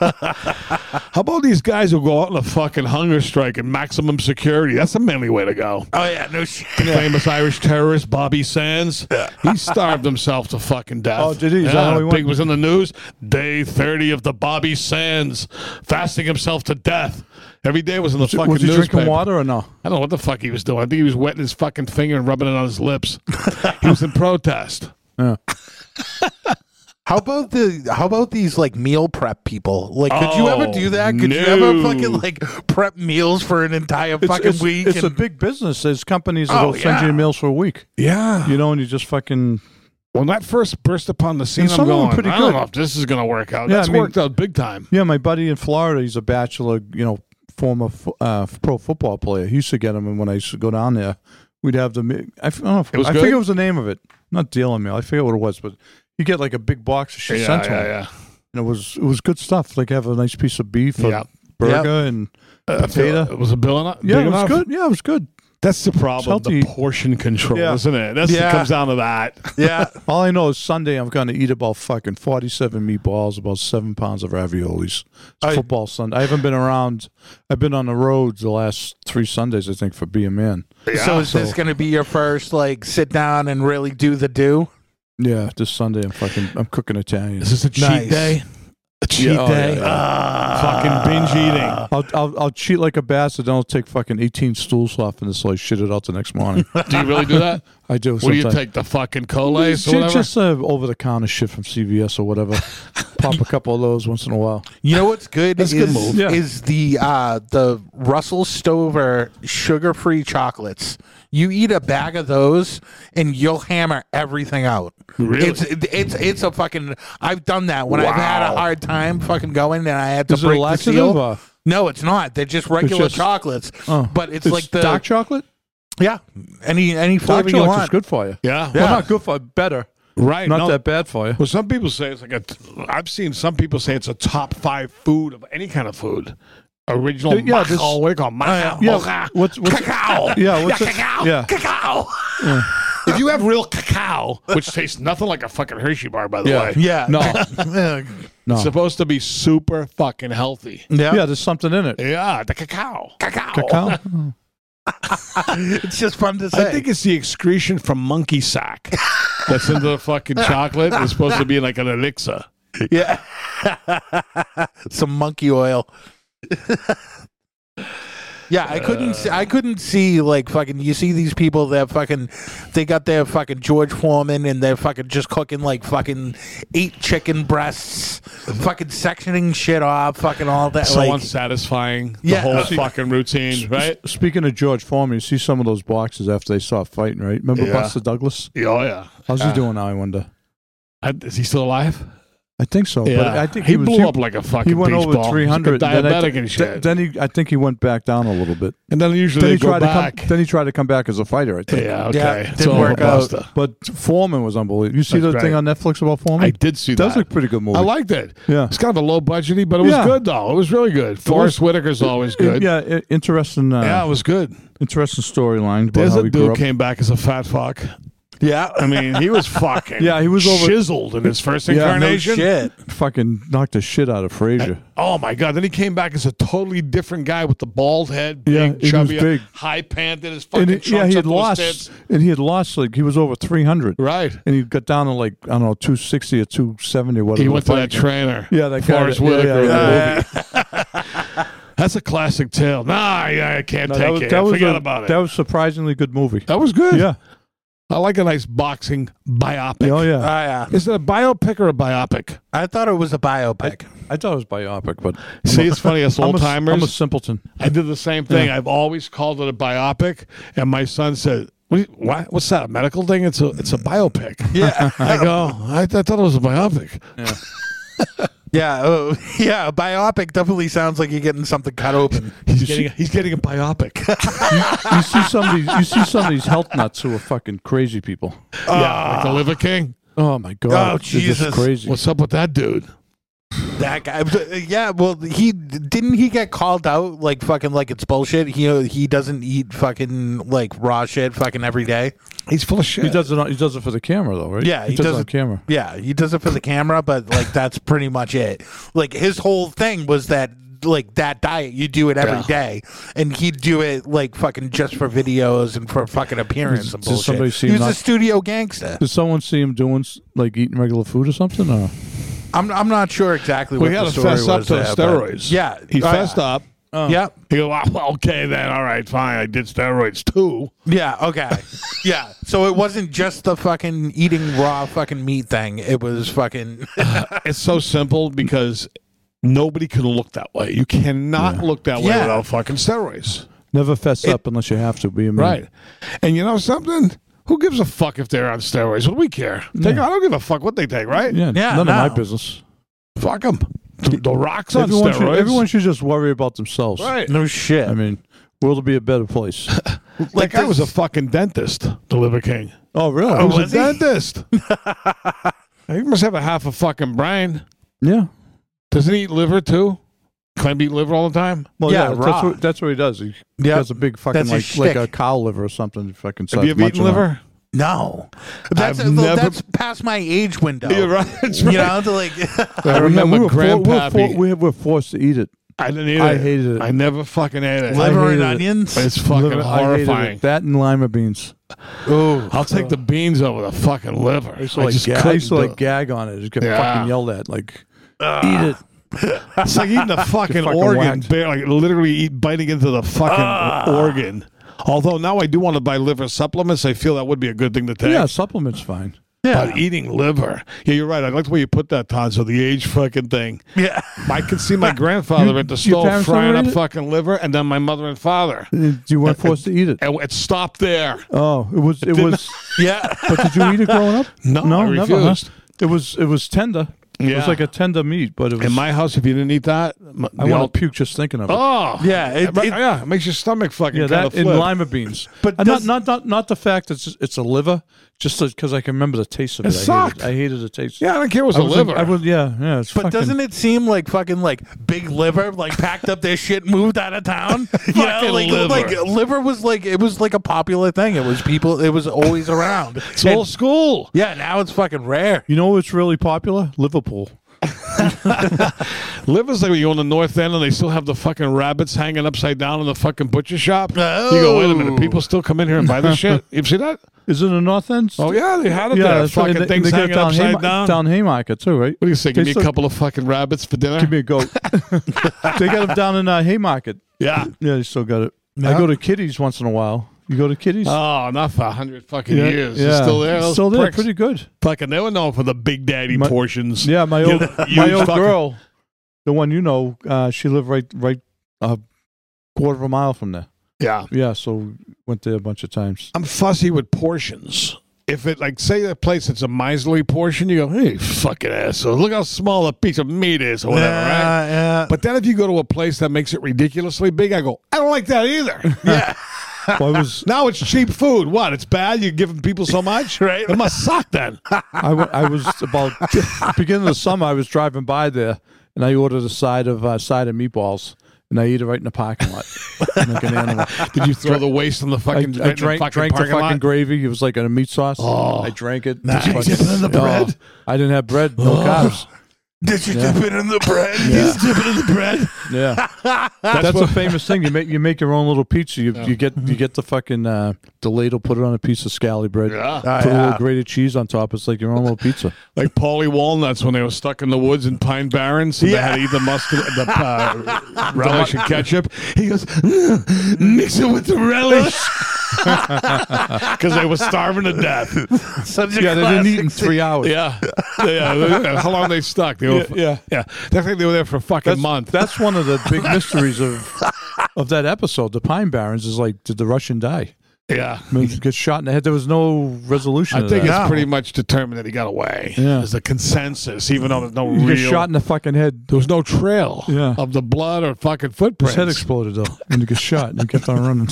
[SPEAKER 9] How about these guys who go out on a fucking hunger strike and maximum security? That's the manly way to go.
[SPEAKER 10] Oh yeah, no shit.
[SPEAKER 9] The famous Irish terrorist Bobby Sands, he starved himself to fucking death.
[SPEAKER 4] Oh, did he? Is that
[SPEAKER 9] Yeah,
[SPEAKER 4] how he
[SPEAKER 9] I
[SPEAKER 4] went?
[SPEAKER 9] think it was in the news. Day 30 of the Bobby Sands, fasting himself to death. Every day was in the fucking
[SPEAKER 4] Was he drinking
[SPEAKER 9] newspaper.
[SPEAKER 4] water or no?
[SPEAKER 9] I don't know what the fuck he was doing. I think he was wetting his fucking finger and rubbing it on his lips. [LAUGHS] he was in protest.
[SPEAKER 10] How about the how about these like meal prep people? Like, could you ever
[SPEAKER 9] Oh,
[SPEAKER 10] do that? Could you ever
[SPEAKER 9] no.
[SPEAKER 10] fucking like prep meals for an entire fucking
[SPEAKER 4] it's,
[SPEAKER 10] week?
[SPEAKER 4] It's a
[SPEAKER 10] and-
[SPEAKER 4] big business. There's companies that
[SPEAKER 10] Oh,
[SPEAKER 4] will send
[SPEAKER 10] yeah.
[SPEAKER 4] you meals for a week.
[SPEAKER 9] Yeah.
[SPEAKER 4] You know, and you just fucking.
[SPEAKER 9] When that first burst upon the scene,
[SPEAKER 4] And
[SPEAKER 9] I'm
[SPEAKER 4] some of them
[SPEAKER 9] going,
[SPEAKER 4] are pretty
[SPEAKER 9] I don't
[SPEAKER 4] good.
[SPEAKER 9] know if this is going to work out.
[SPEAKER 4] Yeah,
[SPEAKER 9] That's
[SPEAKER 4] I mean-
[SPEAKER 9] worked out big time.
[SPEAKER 4] Yeah, my buddy in Florida, he's a bachelor, you know, former f- uh, f- pro football player. He used to get them, and when I used to go down there, we'd have the. mi- I f- I don't know. If,
[SPEAKER 9] was
[SPEAKER 4] I think
[SPEAKER 9] good?
[SPEAKER 4] it was the name of it. Not dealing meal. I forget what it was, but you get like a big box of shit sent to him, and it was it was good stuff. Like have a nice piece of beef,
[SPEAKER 9] Yeah.
[SPEAKER 4] a burger, and potato.
[SPEAKER 9] It was a bill and
[SPEAKER 4] yeah,
[SPEAKER 9] big
[SPEAKER 4] it was
[SPEAKER 9] enough?
[SPEAKER 4] good. Yeah, it was good.
[SPEAKER 9] That's the problem.
[SPEAKER 4] Salty.
[SPEAKER 9] The portion control,
[SPEAKER 4] Yeah.
[SPEAKER 9] isn't it? That's
[SPEAKER 10] Yeah.
[SPEAKER 9] it comes down to that.
[SPEAKER 10] yeah,
[SPEAKER 4] [LAUGHS] All I know is Sunday I'm going to eat about fucking 47 meatballs, about seven pounds of raviolis. It's football Sunday. I haven't been around. I've been on the roads the last three Sundays, I think, for being man.
[SPEAKER 10] So is this going to be your first like sit down and really do the do?
[SPEAKER 4] Yeah, this Sunday I'm fucking I'm cooking Italian.
[SPEAKER 9] Is this a cheat
[SPEAKER 10] Nice.
[SPEAKER 9] day? A cheat
[SPEAKER 4] Yeah, oh,
[SPEAKER 9] day? Ah.
[SPEAKER 4] yeah, yeah.
[SPEAKER 9] fucking binge eating.
[SPEAKER 4] I'll, I'll I'll cheat like a bastard. Then I'll take fucking 18 stools off and just like shit it out the next morning.
[SPEAKER 9] Do you really do
[SPEAKER 4] [LAUGHS]
[SPEAKER 9] that?
[SPEAKER 4] I do.
[SPEAKER 9] what do you
[SPEAKER 4] sometimes.
[SPEAKER 9] take? The fucking colas or
[SPEAKER 4] Ju-
[SPEAKER 9] whatever?
[SPEAKER 4] Just uh, over the counter shit from CVS or whatever. pop a couple of those once in a while.
[SPEAKER 10] You know what's good is,
[SPEAKER 9] a good move.
[SPEAKER 4] Yeah.
[SPEAKER 10] is the uh, the Russell Stover sugar free chocolates. You eat a bag of those and you'll hammer everything out.
[SPEAKER 9] Really?
[SPEAKER 10] It's it's it's a fucking. I've done that when I've had a
[SPEAKER 9] Wow.
[SPEAKER 10] hard time fucking going and I had to
[SPEAKER 4] Is it a
[SPEAKER 10] break the
[SPEAKER 4] laxative,
[SPEAKER 10] seal.
[SPEAKER 4] uh,
[SPEAKER 10] no, it's not. They're just regular
[SPEAKER 4] just-
[SPEAKER 10] chocolates.
[SPEAKER 4] Oh.
[SPEAKER 10] but it's, like the
[SPEAKER 4] dark chocolate.
[SPEAKER 10] yeah. Any any
[SPEAKER 4] Dark
[SPEAKER 10] flavor you
[SPEAKER 4] chocolate is
[SPEAKER 10] want.
[SPEAKER 4] good for you.
[SPEAKER 9] Yeah.
[SPEAKER 4] Well, not good for you, better.
[SPEAKER 9] Right.
[SPEAKER 4] Not
[SPEAKER 9] no.
[SPEAKER 4] that bad for you.
[SPEAKER 9] Well, some people say it's like a. I've seen some people say it's a top five food of any kind of food. Original,
[SPEAKER 4] Yeah, this- Oh,
[SPEAKER 9] maca, we call maca,
[SPEAKER 4] yeah.
[SPEAKER 9] mocha,
[SPEAKER 4] What's- what's-
[SPEAKER 9] cacao?
[SPEAKER 4] Yeah, what's it-
[SPEAKER 9] cacao?
[SPEAKER 4] yeah.
[SPEAKER 9] cacao. if you have real cacao, which tastes nothing like a fucking Hershey bar, by the
[SPEAKER 4] Yeah.
[SPEAKER 9] way,
[SPEAKER 10] Yeah.
[SPEAKER 4] [LAUGHS] No.
[SPEAKER 9] it's supposed to be super fucking healthy.
[SPEAKER 10] yeah.
[SPEAKER 4] Yeah, there's something in it.
[SPEAKER 9] Yeah, the cacao, cacao.
[SPEAKER 4] Cacao.
[SPEAKER 10] It's just fun to say.
[SPEAKER 9] I think it's the excretion from monkey sack that's into the fucking chocolate. It's supposed to be like an elixir.
[SPEAKER 10] Yeah. [LAUGHS] Some monkey oil. yeah, I couldn't see, I couldn't see like fucking you see these people that fucking they got their fucking George Foreman and they're fucking just cooking like fucking eight chicken breasts, fucking sectioning shit off, fucking all that
[SPEAKER 9] So
[SPEAKER 10] like
[SPEAKER 9] unsatisfying. The
[SPEAKER 10] Yeah.
[SPEAKER 9] whole
[SPEAKER 10] See-
[SPEAKER 9] fucking routine, [LAUGHS] right?
[SPEAKER 4] Speaking of George Foreman, you see some of those boxes after they start fighting, right? Remember
[SPEAKER 9] Yeah.
[SPEAKER 4] Buster Douglas?
[SPEAKER 9] Oh yeah.
[SPEAKER 4] How's
[SPEAKER 9] Yeah.
[SPEAKER 4] he doing now? I wonder.
[SPEAKER 9] I, is he still alive?
[SPEAKER 4] I think so.
[SPEAKER 9] Yeah,
[SPEAKER 4] But I think
[SPEAKER 9] he,
[SPEAKER 4] he, was,
[SPEAKER 9] blew up like a fucking.
[SPEAKER 4] he went
[SPEAKER 9] beach
[SPEAKER 4] over
[SPEAKER 9] ball.
[SPEAKER 4] 300.
[SPEAKER 9] He's like a
[SPEAKER 4] and then I
[SPEAKER 9] diabetic
[SPEAKER 4] thi-
[SPEAKER 9] and shit.
[SPEAKER 4] Then he, I think he went back down a little bit.
[SPEAKER 9] and then usually
[SPEAKER 4] then
[SPEAKER 9] they
[SPEAKER 4] he
[SPEAKER 9] go
[SPEAKER 4] tried
[SPEAKER 9] back.
[SPEAKER 4] to come. Then he tried to come back as a fighter. I think.
[SPEAKER 9] yeah, okay.
[SPEAKER 10] Yeah,
[SPEAKER 9] It's
[SPEAKER 10] didn't
[SPEAKER 9] all
[SPEAKER 10] work out.
[SPEAKER 9] pasta.
[SPEAKER 4] But Foreman was unbelievable. You see
[SPEAKER 9] That's
[SPEAKER 4] the thing
[SPEAKER 9] right.
[SPEAKER 4] on Netflix about Foreman?
[SPEAKER 9] I did see
[SPEAKER 4] Does
[SPEAKER 9] that.
[SPEAKER 4] look pretty good movie.
[SPEAKER 9] I liked it.
[SPEAKER 4] Yeah.
[SPEAKER 9] it's kind of a low budgety, but it was
[SPEAKER 4] Yeah.
[SPEAKER 9] good though. It was really good. Forrest Whitaker's always good.
[SPEAKER 4] Yeah, i- interesting. Uh,
[SPEAKER 9] yeah, it was good.
[SPEAKER 4] interesting storyline. about
[SPEAKER 9] There's
[SPEAKER 4] how
[SPEAKER 9] a
[SPEAKER 4] he grew
[SPEAKER 9] dude
[SPEAKER 4] up.
[SPEAKER 9] came back as a fat fuck. Yeah, I mean he was fucking.
[SPEAKER 4] [LAUGHS] Yeah, he was over-
[SPEAKER 9] chiseled in his first
[SPEAKER 4] no
[SPEAKER 9] incarnation.
[SPEAKER 10] shit.
[SPEAKER 4] Fucking knocked the shit out of Frasier.
[SPEAKER 9] Oh my god! Then he came back as a totally different guy with the bald head, big,
[SPEAKER 4] Yeah, he was
[SPEAKER 9] chubby,
[SPEAKER 4] big.
[SPEAKER 9] high panted, his fucking
[SPEAKER 4] And it- yeah,
[SPEAKER 9] trunks
[SPEAKER 4] he
[SPEAKER 9] up to
[SPEAKER 4] had
[SPEAKER 9] his
[SPEAKER 4] lost.
[SPEAKER 9] tits.
[SPEAKER 4] And he had lost. Like he was over three hundred.
[SPEAKER 9] Right.
[SPEAKER 4] And he got down to like I don't know two sixty or two seventy. Whatever.
[SPEAKER 9] He
[SPEAKER 4] the
[SPEAKER 9] went to that
[SPEAKER 4] fight-
[SPEAKER 9] trainer.
[SPEAKER 4] Yeah, that guy
[SPEAKER 9] Forrest
[SPEAKER 4] that- yeah,
[SPEAKER 9] Whitaker.
[SPEAKER 4] yeah,
[SPEAKER 9] in the
[SPEAKER 4] yeah.
[SPEAKER 9] movie. [LAUGHS] That's a classic tale. Nah, yeah, I can't
[SPEAKER 4] No,
[SPEAKER 9] take
[SPEAKER 4] that was,
[SPEAKER 9] it.
[SPEAKER 4] that
[SPEAKER 9] I
[SPEAKER 4] was
[SPEAKER 9] forgot
[SPEAKER 4] a-
[SPEAKER 9] about it.
[SPEAKER 4] That was surprisingly good movie.
[SPEAKER 9] [LAUGHS] That was good.
[SPEAKER 4] Yeah.
[SPEAKER 9] I like a nice boxing biopic.
[SPEAKER 4] Oh yeah.
[SPEAKER 10] Ah, yeah.
[SPEAKER 9] Is it a biopic or a biopic?
[SPEAKER 10] I thought it was a biopic.
[SPEAKER 4] I thought it was biopic, but
[SPEAKER 9] See, it's funny. Us
[SPEAKER 4] [LAUGHS] I'm
[SPEAKER 9] old
[SPEAKER 4] a- I'm a
[SPEAKER 9] timers.
[SPEAKER 4] simpleton.
[SPEAKER 9] I did the same thing. I've always called it a biopic, and my son said, what, do you- why, "What's that? A medical thing? It's a it's a biopic."
[SPEAKER 10] Yeah.
[SPEAKER 9] I go, I, I thought it was a biopic.
[SPEAKER 10] Yeah, oh, [LAUGHS] yeah, a biopic definitely sounds like you're getting something cut open.
[SPEAKER 9] He's getting he's getting a biopic. [LAUGHS]
[SPEAKER 4] You see some of these. You see some of these health nuts who are fucking crazy people.
[SPEAKER 9] yeah,
[SPEAKER 4] Ah.
[SPEAKER 9] like the Liver King.
[SPEAKER 4] Oh my god!
[SPEAKER 10] Oh,
[SPEAKER 4] They're just
[SPEAKER 10] Jesus.
[SPEAKER 4] Crazy.
[SPEAKER 9] What's up with that dude?
[SPEAKER 10] That guy, uh, yeah. Well, he didn't he get called out like fucking like it's bullshit. He uh, he doesn't eat fucking like raw shit fucking every day.
[SPEAKER 9] He's full of shit.
[SPEAKER 4] He does it. On, he does it for the camera, though, right?
[SPEAKER 10] Yeah,
[SPEAKER 4] he,
[SPEAKER 10] he
[SPEAKER 4] does, it
[SPEAKER 10] does
[SPEAKER 4] on
[SPEAKER 10] it-
[SPEAKER 4] camera.
[SPEAKER 10] Yeah, he does it for the camera, but like that's pretty much it. Like his whole thing was that like that diet you do it every
[SPEAKER 9] Yeah.
[SPEAKER 10] day, and he'd do it like fucking just for videos and for fucking appearance and
[SPEAKER 4] Does
[SPEAKER 10] bullshit.
[SPEAKER 4] somebody see
[SPEAKER 10] he was
[SPEAKER 4] him
[SPEAKER 10] a
[SPEAKER 4] not-
[SPEAKER 10] studio gangster.
[SPEAKER 4] Did someone see him doing s- like eating regular food or something? Or?
[SPEAKER 10] I'm I'm not sure exactly what
[SPEAKER 9] we
[SPEAKER 10] the
[SPEAKER 9] got to
[SPEAKER 10] story
[SPEAKER 9] fess up
[SPEAKER 10] was
[SPEAKER 9] to the
[SPEAKER 10] there, but-
[SPEAKER 9] steroids.
[SPEAKER 10] Yeah,
[SPEAKER 9] he
[SPEAKER 10] uh,
[SPEAKER 9] fessed up.
[SPEAKER 10] Yep.
[SPEAKER 9] He go, well, okay then, all right, fine. I did steroids too.
[SPEAKER 10] Yeah, okay. [LAUGHS] yeah. So it wasn't just the fucking eating raw fucking meat thing. It was fucking
[SPEAKER 9] [LAUGHS] It's so simple because nobody can look that way. You cannot look that way
[SPEAKER 10] Yeah.
[SPEAKER 9] without fucking steroids,
[SPEAKER 4] Never fess up unless you have to. Be a man.
[SPEAKER 9] right? And you know something? Who gives a fuck if they're on steroids? What do we care? Take, I don't give a fuck what they take, right?
[SPEAKER 4] Yeah,
[SPEAKER 10] Yeah,
[SPEAKER 4] none of my
[SPEAKER 10] no.
[SPEAKER 4] business.
[SPEAKER 9] Fuck them. The, the rocks on
[SPEAKER 4] Everyone
[SPEAKER 9] steroids.
[SPEAKER 4] should, everyone should just worry about themselves.
[SPEAKER 9] right?
[SPEAKER 10] [LAUGHS] no shit.
[SPEAKER 4] I mean, world will be a better place.
[SPEAKER 9] Like I was a fucking dentist, the Liver King.
[SPEAKER 4] [LAUGHS] oh, really?
[SPEAKER 9] I was, a [LAUGHS] dentist. he must have a half a fucking brain.
[SPEAKER 4] yeah.
[SPEAKER 9] Doesn't he eat liver too? Claim to eat liver all the time.
[SPEAKER 4] Well,
[SPEAKER 10] Yeah,
[SPEAKER 4] yeah,
[SPEAKER 10] raw.
[SPEAKER 4] that's what that's what he does. He
[SPEAKER 10] Yeah.
[SPEAKER 4] does a big fucking
[SPEAKER 10] That's
[SPEAKER 4] like
[SPEAKER 10] his
[SPEAKER 4] like a
[SPEAKER 10] shtick.
[SPEAKER 4] cow liver or something. Fucking
[SPEAKER 9] Have you ever eaten [LAUGHS] liver?
[SPEAKER 10] no. That's
[SPEAKER 9] I've never-
[SPEAKER 10] that's past my age window.
[SPEAKER 9] right.
[SPEAKER 10] [LAUGHS] You know, to like
[SPEAKER 9] [LAUGHS] I remember
[SPEAKER 4] we were, for- we were,
[SPEAKER 9] grandpappy.
[SPEAKER 4] for- we were forced to eat it.
[SPEAKER 9] I didn't eat it.
[SPEAKER 4] I hated it.
[SPEAKER 9] I never fucking ate it.
[SPEAKER 10] [LAUGHS]
[SPEAKER 4] I
[SPEAKER 10] liver
[SPEAKER 4] hated
[SPEAKER 10] and
[SPEAKER 4] it.
[SPEAKER 10] onions.
[SPEAKER 9] It's fucking
[SPEAKER 4] Liver- I hated it.
[SPEAKER 9] horrifying.
[SPEAKER 4] That and lima beans.
[SPEAKER 10] Ooh.
[SPEAKER 9] I'll take the beans over the fucking liver. I,
[SPEAKER 4] So like,
[SPEAKER 9] just
[SPEAKER 4] gag, I
[SPEAKER 9] couldn't
[SPEAKER 4] used to
[SPEAKER 9] do
[SPEAKER 4] like
[SPEAKER 9] it.
[SPEAKER 4] gag on it. Just get
[SPEAKER 9] Yeah. Ah,
[SPEAKER 4] fucking yelled at. Like, eat it.
[SPEAKER 9] It's like [LAUGHS] eating a fucking,
[SPEAKER 4] fucking
[SPEAKER 9] organ.
[SPEAKER 4] whacked.
[SPEAKER 9] Bear, like literally eat, biting into the fucking Ah. organ. Although now I do want to buy liver supplements. I feel that would be a good thing to take.
[SPEAKER 4] Yeah, supplements fine.
[SPEAKER 10] Yeah.
[SPEAKER 9] But eating liver. Yeah, you're right. I like the way you put that, Todd. So the age fucking thing.
[SPEAKER 10] [LAUGHS] Yeah.
[SPEAKER 9] I could see
[SPEAKER 4] [LAUGHS]
[SPEAKER 9] my grandfather at the
[SPEAKER 4] your
[SPEAKER 9] stove
[SPEAKER 4] parents
[SPEAKER 9] frying
[SPEAKER 4] never
[SPEAKER 9] up
[SPEAKER 4] ate it?
[SPEAKER 9] fucking liver, and then my mother and father.
[SPEAKER 4] You weren't forced to eat it.
[SPEAKER 9] And it stopped there.
[SPEAKER 4] Oh, it was it was.
[SPEAKER 10] Yeah.
[SPEAKER 4] But did you eat it growing up?
[SPEAKER 9] [LAUGHS] No, I
[SPEAKER 4] huh?
[SPEAKER 9] refused.
[SPEAKER 4] It was it was tender. It
[SPEAKER 9] Yeah.
[SPEAKER 4] was like a tender meat, but it was.
[SPEAKER 9] In my house, if you didn't eat that, m-
[SPEAKER 4] I
[SPEAKER 9] the
[SPEAKER 4] want
[SPEAKER 9] old-
[SPEAKER 4] to puke just thinking of it.
[SPEAKER 9] Oh
[SPEAKER 10] Yeah, it-
[SPEAKER 9] right,
[SPEAKER 10] it-
[SPEAKER 9] yeah, it makes your stomach fucking
[SPEAKER 4] yeah,
[SPEAKER 9] kind
[SPEAKER 4] that
[SPEAKER 9] of
[SPEAKER 4] in
[SPEAKER 9] flip. [LAUGHS]
[SPEAKER 4] lima beans, but not,
[SPEAKER 10] does-
[SPEAKER 4] not not not the fact that it's, it's a liver, just because I can remember the taste of it.
[SPEAKER 9] It
[SPEAKER 4] I
[SPEAKER 9] sucked.
[SPEAKER 4] hated, I hated the taste.
[SPEAKER 9] yeah, I don't care. It was
[SPEAKER 4] I
[SPEAKER 9] a
[SPEAKER 4] was
[SPEAKER 9] liver.
[SPEAKER 4] I was yeah yeah. It's
[SPEAKER 10] But doesn't it seem like fucking like big liver like packed up their shit, moved out of town? yeah,
[SPEAKER 9] [LAUGHS] Fucking
[SPEAKER 10] like
[SPEAKER 9] liver.
[SPEAKER 10] like liver was like it was like a popular thing. It was people. It was always around.
[SPEAKER 9] [LAUGHS] it's old school.
[SPEAKER 10] yeah, now it's fucking rare.
[SPEAKER 4] You know what's really popular? Liverpool.
[SPEAKER 9] Livers like when you go on the north end and they still have the fucking rabbits hanging upside down in the fucking butcher shop. You go, wait a minute,
[SPEAKER 10] Oh.
[SPEAKER 9] people still come in here and buy this shit.
[SPEAKER 4] [LAUGHS]
[SPEAKER 9] You see that?
[SPEAKER 4] Is it a North End?
[SPEAKER 9] Oh yeah, they had it there.
[SPEAKER 4] that's right.
[SPEAKER 9] fucking
[SPEAKER 4] And they-
[SPEAKER 9] things
[SPEAKER 4] they got
[SPEAKER 9] hanging
[SPEAKER 4] down
[SPEAKER 9] upside
[SPEAKER 4] Haymi-
[SPEAKER 9] down.
[SPEAKER 4] down Haymarket too, right?
[SPEAKER 9] What do you say? Give
[SPEAKER 4] They
[SPEAKER 9] me a
[SPEAKER 4] still-
[SPEAKER 9] couple of fucking rabbits for dinner.
[SPEAKER 4] Give me a goat. [LAUGHS] they got them down in uh, Haymarket.
[SPEAKER 9] yeah.
[SPEAKER 4] Yeah, they still got it. I go to Kitty's once in a while. You go to Kitty's?
[SPEAKER 9] [LAUGHS] Oh, not for a hundred fucking
[SPEAKER 4] yeah,
[SPEAKER 9] years.
[SPEAKER 4] yeah.
[SPEAKER 9] It's still there. Those
[SPEAKER 4] Still there.
[SPEAKER 9] pricks.
[SPEAKER 4] Pretty good.
[SPEAKER 9] fucking. They were known for the big daddy
[SPEAKER 4] My-
[SPEAKER 9] portions.
[SPEAKER 4] Yeah, my
[SPEAKER 9] You-
[SPEAKER 4] old
[SPEAKER 9] you
[SPEAKER 4] my old
[SPEAKER 9] fucking-
[SPEAKER 4] girl, the one you know, uh, she lived right right a quarter of a mile from there.
[SPEAKER 9] yeah.
[SPEAKER 4] Yeah, so went there a bunch of times.
[SPEAKER 9] I'm fussy with portions. If it like say that place it's a miserly portion, you go, hey, fucking asshole, look how small a piece of meat is or whatever, right?
[SPEAKER 10] yeah.
[SPEAKER 9] But then if you go to a place that makes it ridiculously big, I go, I don't like that either.
[SPEAKER 10] yeah.
[SPEAKER 4] Well, I was
[SPEAKER 9] now it's cheap food. What? It's bad. You're giving people so much, right? It must suck then.
[SPEAKER 4] I wa- I was
[SPEAKER 9] [LAUGHS]
[SPEAKER 4] about beginning of the summer. I was driving by there, and I ordered a side of uh, side of meatballs, and I eat it right in the parking
[SPEAKER 9] [LAUGHS]
[SPEAKER 4] lot like an animal.
[SPEAKER 9] Did you throw the waste in the
[SPEAKER 4] I,
[SPEAKER 9] fucking?
[SPEAKER 4] I
[SPEAKER 9] fucking
[SPEAKER 4] drank, drank the
[SPEAKER 9] parking
[SPEAKER 4] fucking
[SPEAKER 9] lot? Oh.
[SPEAKER 4] gravy. It was like a meat sauce. I drank it.
[SPEAKER 10] Nice.
[SPEAKER 9] [LAUGHS]
[SPEAKER 4] Fucking-
[SPEAKER 10] Dip it in the
[SPEAKER 4] Oh,
[SPEAKER 10] bread?
[SPEAKER 4] I didn't have bread. No
[SPEAKER 9] Oh.
[SPEAKER 4] carbs.
[SPEAKER 10] Did you dip it in the bread?
[SPEAKER 4] Yeah.
[SPEAKER 10] Did you dip it in the bread?
[SPEAKER 4] Yeah,
[SPEAKER 9] [LAUGHS]
[SPEAKER 4] that's, a famous thing. You make you make your own little pizza. You, you get you get the fucking uh, the ladle. Put it on a piece of scally bread.
[SPEAKER 9] Yeah.
[SPEAKER 4] Put a little grated cheese on top. It's like your own
[SPEAKER 9] [LAUGHS]
[SPEAKER 4] little pizza.
[SPEAKER 9] like Paulie Walnuts when they were stuck in the woods in Pine Barrens and they had to eat the mustard, the
[SPEAKER 4] [LAUGHS]
[SPEAKER 9] uh, relish and ketchup. He goes, "Mm, mix it with the
[SPEAKER 4] [LAUGHS]
[SPEAKER 9] relish. [LAUGHS] Because they were starving to death.
[SPEAKER 10] Such a
[SPEAKER 4] Yeah, they've been
[SPEAKER 10] classic
[SPEAKER 4] eating three hours.
[SPEAKER 9] Yeah. [LAUGHS] yeah. they- How long they stuck? They were, yeah.
[SPEAKER 4] yeah.
[SPEAKER 9] They think they were there for a fucking
[SPEAKER 4] that's,
[SPEAKER 9] month.
[SPEAKER 4] That's
[SPEAKER 9] [LAUGHS]
[SPEAKER 4] one of the big mysteries of of that episode. The Pine Barrens is like, did the Russian die?
[SPEAKER 9] yeah.
[SPEAKER 4] I mean, get shot in the head. There was no resolution.
[SPEAKER 9] I
[SPEAKER 4] to
[SPEAKER 9] think
[SPEAKER 4] that.
[SPEAKER 9] it's pretty much determined that he got away.
[SPEAKER 4] Yeah.
[SPEAKER 9] There's a consensus, even though there's no
[SPEAKER 4] you
[SPEAKER 9] real.
[SPEAKER 4] get shot in the fucking head.
[SPEAKER 9] there was no trail
[SPEAKER 4] Yeah.
[SPEAKER 9] of the blood or fucking footprints.
[SPEAKER 4] His head exploded though, and he got shot and he kept on
[SPEAKER 10] [LAUGHS]
[SPEAKER 4] running.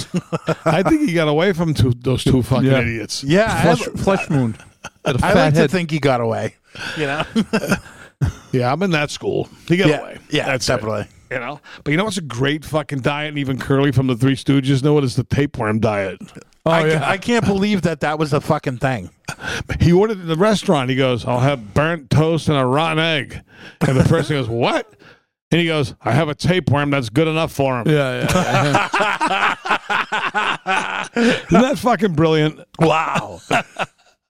[SPEAKER 9] I think he got away from two, those two fucking
[SPEAKER 4] [LAUGHS] Yeah.
[SPEAKER 9] idiots.
[SPEAKER 10] Yeah, I,
[SPEAKER 4] flesh, flesh wound. Had a
[SPEAKER 10] I
[SPEAKER 4] fat
[SPEAKER 10] like to
[SPEAKER 4] head.
[SPEAKER 10] think he got away. You know?
[SPEAKER 9] Yeah, I'm in that school. He got
[SPEAKER 10] yeah,
[SPEAKER 9] away.
[SPEAKER 10] yeah,
[SPEAKER 9] that's it,
[SPEAKER 10] definitely.
[SPEAKER 9] you know. But you know what's a great fucking diet? And even Curly from the Three Stooges know it is the tapeworm diet.
[SPEAKER 4] Oh,
[SPEAKER 10] I,
[SPEAKER 4] yeah.
[SPEAKER 10] I can't believe that that was a fucking thing.
[SPEAKER 9] He ordered at the restaurant. He goes, "I'll have burnt toast and a rotten egg." And the person [LAUGHS] goes, "What?" And he goes, "I have a tapeworm that's good enough for him."
[SPEAKER 4] yeah,
[SPEAKER 10] [LAUGHS]
[SPEAKER 4] yeah, yeah.
[SPEAKER 9] Isn't that fucking brilliant? [LAUGHS]
[SPEAKER 10] Wow.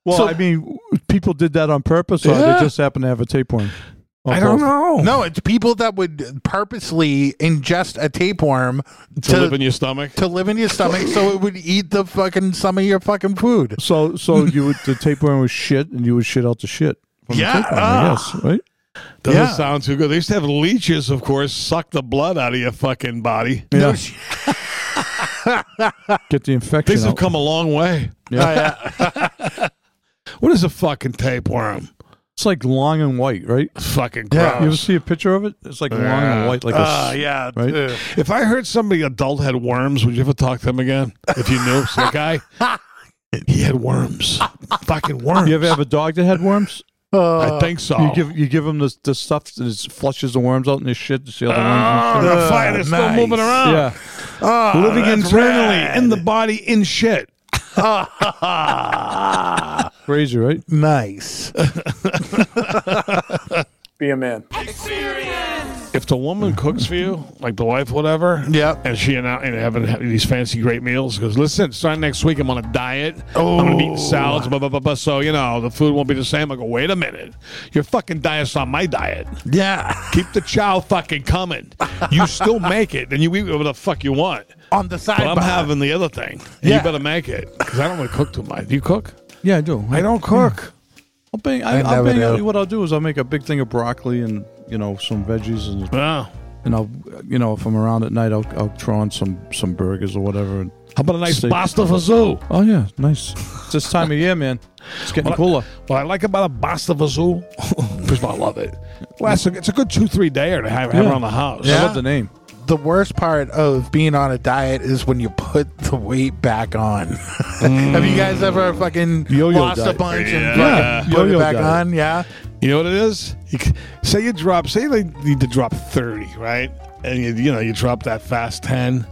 [SPEAKER 4] Well, I mean, people did that on purpose, or
[SPEAKER 9] Yeah.
[SPEAKER 4] they just happened to have a tapeworm.
[SPEAKER 9] I don't know.
[SPEAKER 10] No, it's people that would purposely ingest a tapeworm to,
[SPEAKER 9] To, live in your stomach.
[SPEAKER 10] to live in your stomach so it would eat the fucking some of your fucking food.
[SPEAKER 4] So,
[SPEAKER 10] [LAUGHS]
[SPEAKER 4] so you would the tapeworm was shit, and you would shit out the shit. from the
[SPEAKER 10] Yeah. uh,
[SPEAKER 4] tapeworm, I guess, right?
[SPEAKER 9] Doesn't
[SPEAKER 10] Yeah.
[SPEAKER 9] sound too good. They used to have leeches, of course, suck the blood out of your fucking body.
[SPEAKER 4] Yeah. Get the infection.
[SPEAKER 9] Things have
[SPEAKER 4] out.
[SPEAKER 9] come a long way.
[SPEAKER 4] Yeah.
[SPEAKER 9] [LAUGHS] What is a fucking tapeworm?
[SPEAKER 4] It's like long and white, right?
[SPEAKER 9] Fucking
[SPEAKER 10] Yeah.
[SPEAKER 9] gross.
[SPEAKER 4] You ever see a picture of it? It's like long and white, like a
[SPEAKER 10] Uh,
[SPEAKER 4] s-
[SPEAKER 10] yeah.
[SPEAKER 4] right?
[SPEAKER 10] uh,
[SPEAKER 9] If I heard somebody adult had worms, would you ever talk to them again? If you knew so the guy, he had worms, fucking worms.
[SPEAKER 4] You ever have a dog that had worms?
[SPEAKER 9] I think so.
[SPEAKER 4] You give you give them the the stuff that is, flushes the worms out and his shit to see all the
[SPEAKER 9] Oh,
[SPEAKER 4] worms.
[SPEAKER 9] the fire is still
[SPEAKER 10] nice.
[SPEAKER 9] moving around.
[SPEAKER 4] And shit.
[SPEAKER 10] oh,
[SPEAKER 9] Living
[SPEAKER 10] that's
[SPEAKER 9] internally
[SPEAKER 10] rad.
[SPEAKER 9] in the body in shit.
[SPEAKER 4] Yeah, crazy, right?
[SPEAKER 10] nice.
[SPEAKER 2] Be a man.
[SPEAKER 9] If the woman cooks for you, like the wife, whatever,
[SPEAKER 10] [LAUGHS] Yep.
[SPEAKER 9] and she and I and having having these fancy great meals, goes, listen, starting next week, I'm on a diet. Oh. I'm gonna be eating salads, blah blah blah blah. So you know the food won't be the same. I go, wait a minute, your fucking diet's not my diet.
[SPEAKER 10] Yeah.
[SPEAKER 9] Keep the chow fucking coming. You still make it, then you eat whatever the fuck you want.
[SPEAKER 10] On the
[SPEAKER 9] But
[SPEAKER 10] sidebar.
[SPEAKER 9] I'm having the other thing.
[SPEAKER 10] Yeah.
[SPEAKER 9] You better make it because I don't want to cook too much. Do you cook?
[SPEAKER 4] Yeah, I do.
[SPEAKER 9] I don't cook.
[SPEAKER 4] I'll bang.
[SPEAKER 10] I
[SPEAKER 4] I, I'll
[SPEAKER 10] never
[SPEAKER 4] bang out,
[SPEAKER 10] do.
[SPEAKER 4] what I'll do is I'll make a big thing of broccoli and you know some veggies and
[SPEAKER 9] Wow.
[SPEAKER 4] and I'll you know if I'm around at night I'll I'll throw on some some burgers or whatever. And,
[SPEAKER 9] How about a nice
[SPEAKER 4] Steak.
[SPEAKER 9] pasta fazoo?
[SPEAKER 4] oh yeah, nice. it's this time of year, man. It's getting
[SPEAKER 9] What I-
[SPEAKER 4] cooler.
[SPEAKER 9] What I like about a pasta fazoo, [LAUGHS] first of all, I love it. Last, it's a good two, three dayer to have, have
[SPEAKER 4] Yeah.
[SPEAKER 9] around the house.
[SPEAKER 4] I
[SPEAKER 10] Yeah.
[SPEAKER 4] love the name.
[SPEAKER 10] The worst part of being on a diet is when you put the weight back on. [LAUGHS] Have you guys ever fucking
[SPEAKER 4] Yo-yo
[SPEAKER 10] lost
[SPEAKER 4] diet.
[SPEAKER 10] a bunch and
[SPEAKER 9] Yeah.
[SPEAKER 10] fucking put
[SPEAKER 4] Yo-yo
[SPEAKER 10] it back
[SPEAKER 4] diet.
[SPEAKER 10] on? Yeah.
[SPEAKER 9] You know what it is? You, c- say you drop, say they need to drop 30, right? And you, you know, you drop that fast 10,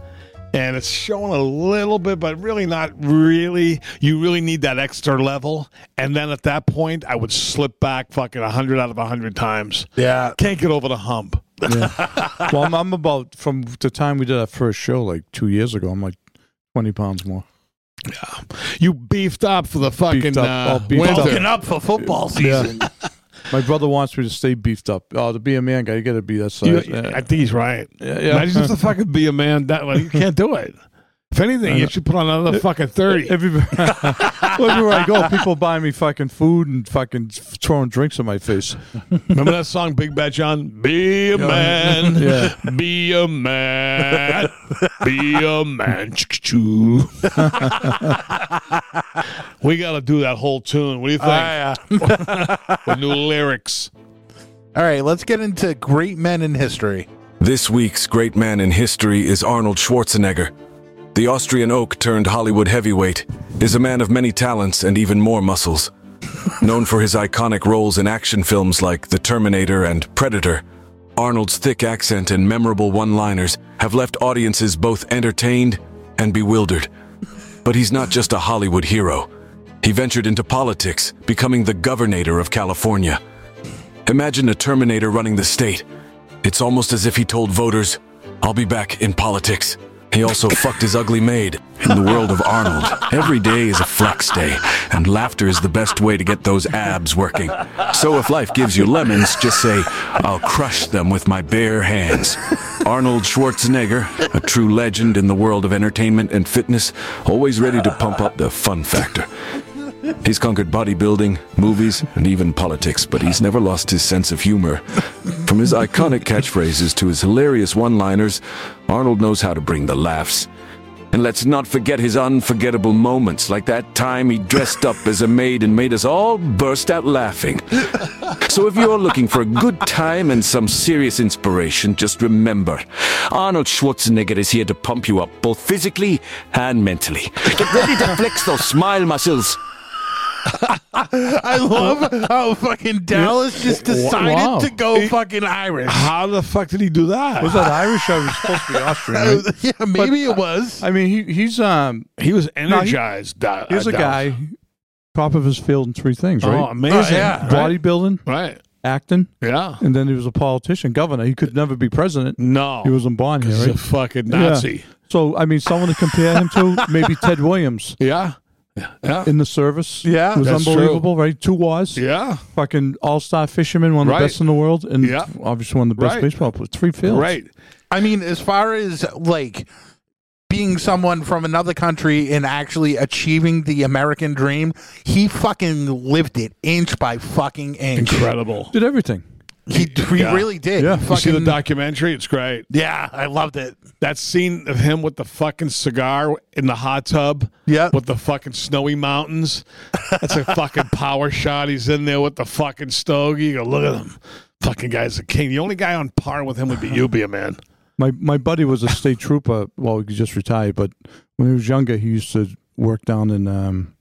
[SPEAKER 9] and it's showing a little bit, but really not really. You really need that extra level. And then at that point, I would slip back fucking 100 out of 100 times.
[SPEAKER 10] Yeah.
[SPEAKER 9] Can't get over the hump. [LAUGHS]
[SPEAKER 4] well, I'm, I'm about from the time we did our first show like two years ago. I'm like twenty pounds more.
[SPEAKER 9] You beefed up for the fucking
[SPEAKER 4] Beefed up, all
[SPEAKER 9] uh,
[SPEAKER 4] beefed
[SPEAKER 9] winter.
[SPEAKER 4] up.
[SPEAKER 10] Fucking up for football season.
[SPEAKER 4] My brother wants me to stay beefed up. Oh, to be a man guy, you got to be that
[SPEAKER 9] You-
[SPEAKER 4] size. Yeah.
[SPEAKER 9] I think he's right.
[SPEAKER 4] Yeah,
[SPEAKER 9] Now
[SPEAKER 4] yeah.
[SPEAKER 9] you just have to fucking be a man that way. You can't do it. If anything, you should put on another fucking 30.
[SPEAKER 4] Everybody, well, [LAUGHS] everywhere I go, people buy me fucking food and fucking throwing drinks in my face.
[SPEAKER 9] Remember that song, Big Bad John? Be a man.
[SPEAKER 4] [LAUGHS] Yeah.
[SPEAKER 9] Be a man. Be a man. Choo. we got to do that whole tune. What do you think?
[SPEAKER 10] Ah, yeah.
[SPEAKER 9] [LAUGHS] With new lyrics.
[SPEAKER 10] All right, let's get into great men in history.
[SPEAKER 11] This week's great man in history is Arnold Schwarzenegger. The Austrian oak turned Hollywood heavyweight is a man of many talents and even more muscles. Known for his iconic roles in action films like The Terminator and Predator, Arnold's thick accent and memorable one liners have left audiences both entertained and bewildered. But he's not just a Hollywood hero. He ventured into politics, becoming the governator of California. Imagine a Terminator running the state. It's almost as if he told voters, I'll be back in politics. He also [LAUGHS] fucked his ugly maid. In the world of Arnold, every day is a flex day, and laughter is the best way to get those abs working. So if life gives you lemons, just say, I'll crush them with my bare hands. Arnold Schwarzenegger, a true legend in the world of entertainment and fitness, always ready to pump up the fun factor. He's conquered bodybuilding, movies, and even politics, but he's never lost his sense of humor. From his iconic catchphrases to his hilarious one liners, Arnold knows how to bring the laughs. And let's not forget his unforgettable moments, like that time he dressed up as a maid and made us all burst out laughing. So if you're looking for a good time and some serious inspiration, just remember Arnold Schwarzenegger is here to pump you up, both physically and mentally. Get ready to flex those smile muscles.
[SPEAKER 10] I love how fucking Dallas just decided
[SPEAKER 4] wow.
[SPEAKER 10] to go fucking Irish.
[SPEAKER 9] How the fuck did he do that?
[SPEAKER 4] Was that Irish? I was supposed to be
[SPEAKER 10] [LAUGHS]
[SPEAKER 4] Austrian.
[SPEAKER 10] [LAUGHS]
[SPEAKER 4] right?
[SPEAKER 10] yeah, maybe it was.
[SPEAKER 4] I mean, he, he's um,
[SPEAKER 9] He was
[SPEAKER 4] he-
[SPEAKER 9] energized. Da-
[SPEAKER 4] he's a
[SPEAKER 9] Dallas.
[SPEAKER 4] guy, top of his field in three things,
[SPEAKER 9] Oh,
[SPEAKER 4] right?
[SPEAKER 9] amazing.
[SPEAKER 10] Oh, yeah.
[SPEAKER 9] Right?
[SPEAKER 4] Bodybuilding,
[SPEAKER 9] right.
[SPEAKER 4] acting,
[SPEAKER 9] Yeah.
[SPEAKER 4] and then he was a politician, governor. He could never be president.
[SPEAKER 9] No.
[SPEAKER 4] He wasn't born here,
[SPEAKER 9] He's a
[SPEAKER 4] right?
[SPEAKER 9] fucking
[SPEAKER 4] Yeah.
[SPEAKER 9] Nazi.
[SPEAKER 4] So, I mean, someone to compare
[SPEAKER 9] [LAUGHS]
[SPEAKER 4] him to, maybe Ted Williams
[SPEAKER 9] Yeah. Yeah. Yeah.
[SPEAKER 4] in the service.
[SPEAKER 10] Yeah.
[SPEAKER 4] It was
[SPEAKER 9] That's
[SPEAKER 4] unbelievable, right? Two wars.
[SPEAKER 9] yeah.
[SPEAKER 4] Fucking all star fisherman, one of
[SPEAKER 9] Right.
[SPEAKER 4] the best in the world, and
[SPEAKER 9] Yeah.
[SPEAKER 4] obviously one of the best
[SPEAKER 9] Right.
[SPEAKER 4] baseball players. Three fields.
[SPEAKER 9] Right.
[SPEAKER 10] I mean, as far as like being someone from another country and actually achieving the American dream, he fucking lived it inch by fucking inch.
[SPEAKER 9] Incredible.
[SPEAKER 4] Did everything.
[SPEAKER 10] He, [LAUGHS] he
[SPEAKER 9] Yeah.
[SPEAKER 10] really did.
[SPEAKER 4] Yeah.
[SPEAKER 10] He
[SPEAKER 9] You see the
[SPEAKER 10] fucking-
[SPEAKER 9] documentary? It's great.
[SPEAKER 10] yeah, I loved it.
[SPEAKER 9] That scene of him with the fucking cigar in the hot tub.
[SPEAKER 10] Yeah.
[SPEAKER 9] With the fucking snowy mountains.
[SPEAKER 10] [LAUGHS]
[SPEAKER 9] That's a fucking power shot. He's in there with the fucking stogie. You go, look at him. Fucking guy's a king. The only guy on par with him would be you, be a man.
[SPEAKER 4] My my buddy was a state trooper. Well, he just retired, but when he was younger, he used to work down in um,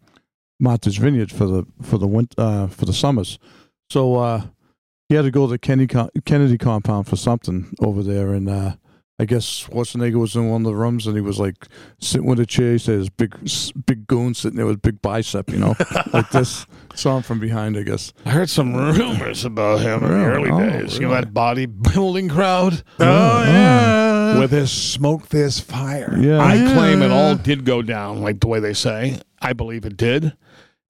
[SPEAKER 4] Martha's Vineyard for the for the winter, uh, for the summers. So uh, he had to go to the Kennedy, co- Kennedy compound for something over there, and uh, I guess Schwarzenegger was in one of the rooms, and he was like sitting with a chair. He said this big s- big goon sitting there with a big bicep, you know, like this. Saw him from behind, I guess.
[SPEAKER 9] I heard some rumors about him in the early
[SPEAKER 4] Really? Oh,
[SPEAKER 9] days. You know
[SPEAKER 4] really?
[SPEAKER 9] that bodybuilding crowd?
[SPEAKER 10] Oh, yeah.
[SPEAKER 9] With his smoke, there's fire.
[SPEAKER 4] Yeah.
[SPEAKER 9] I claim it all did go down, like the way they say. I believe it did.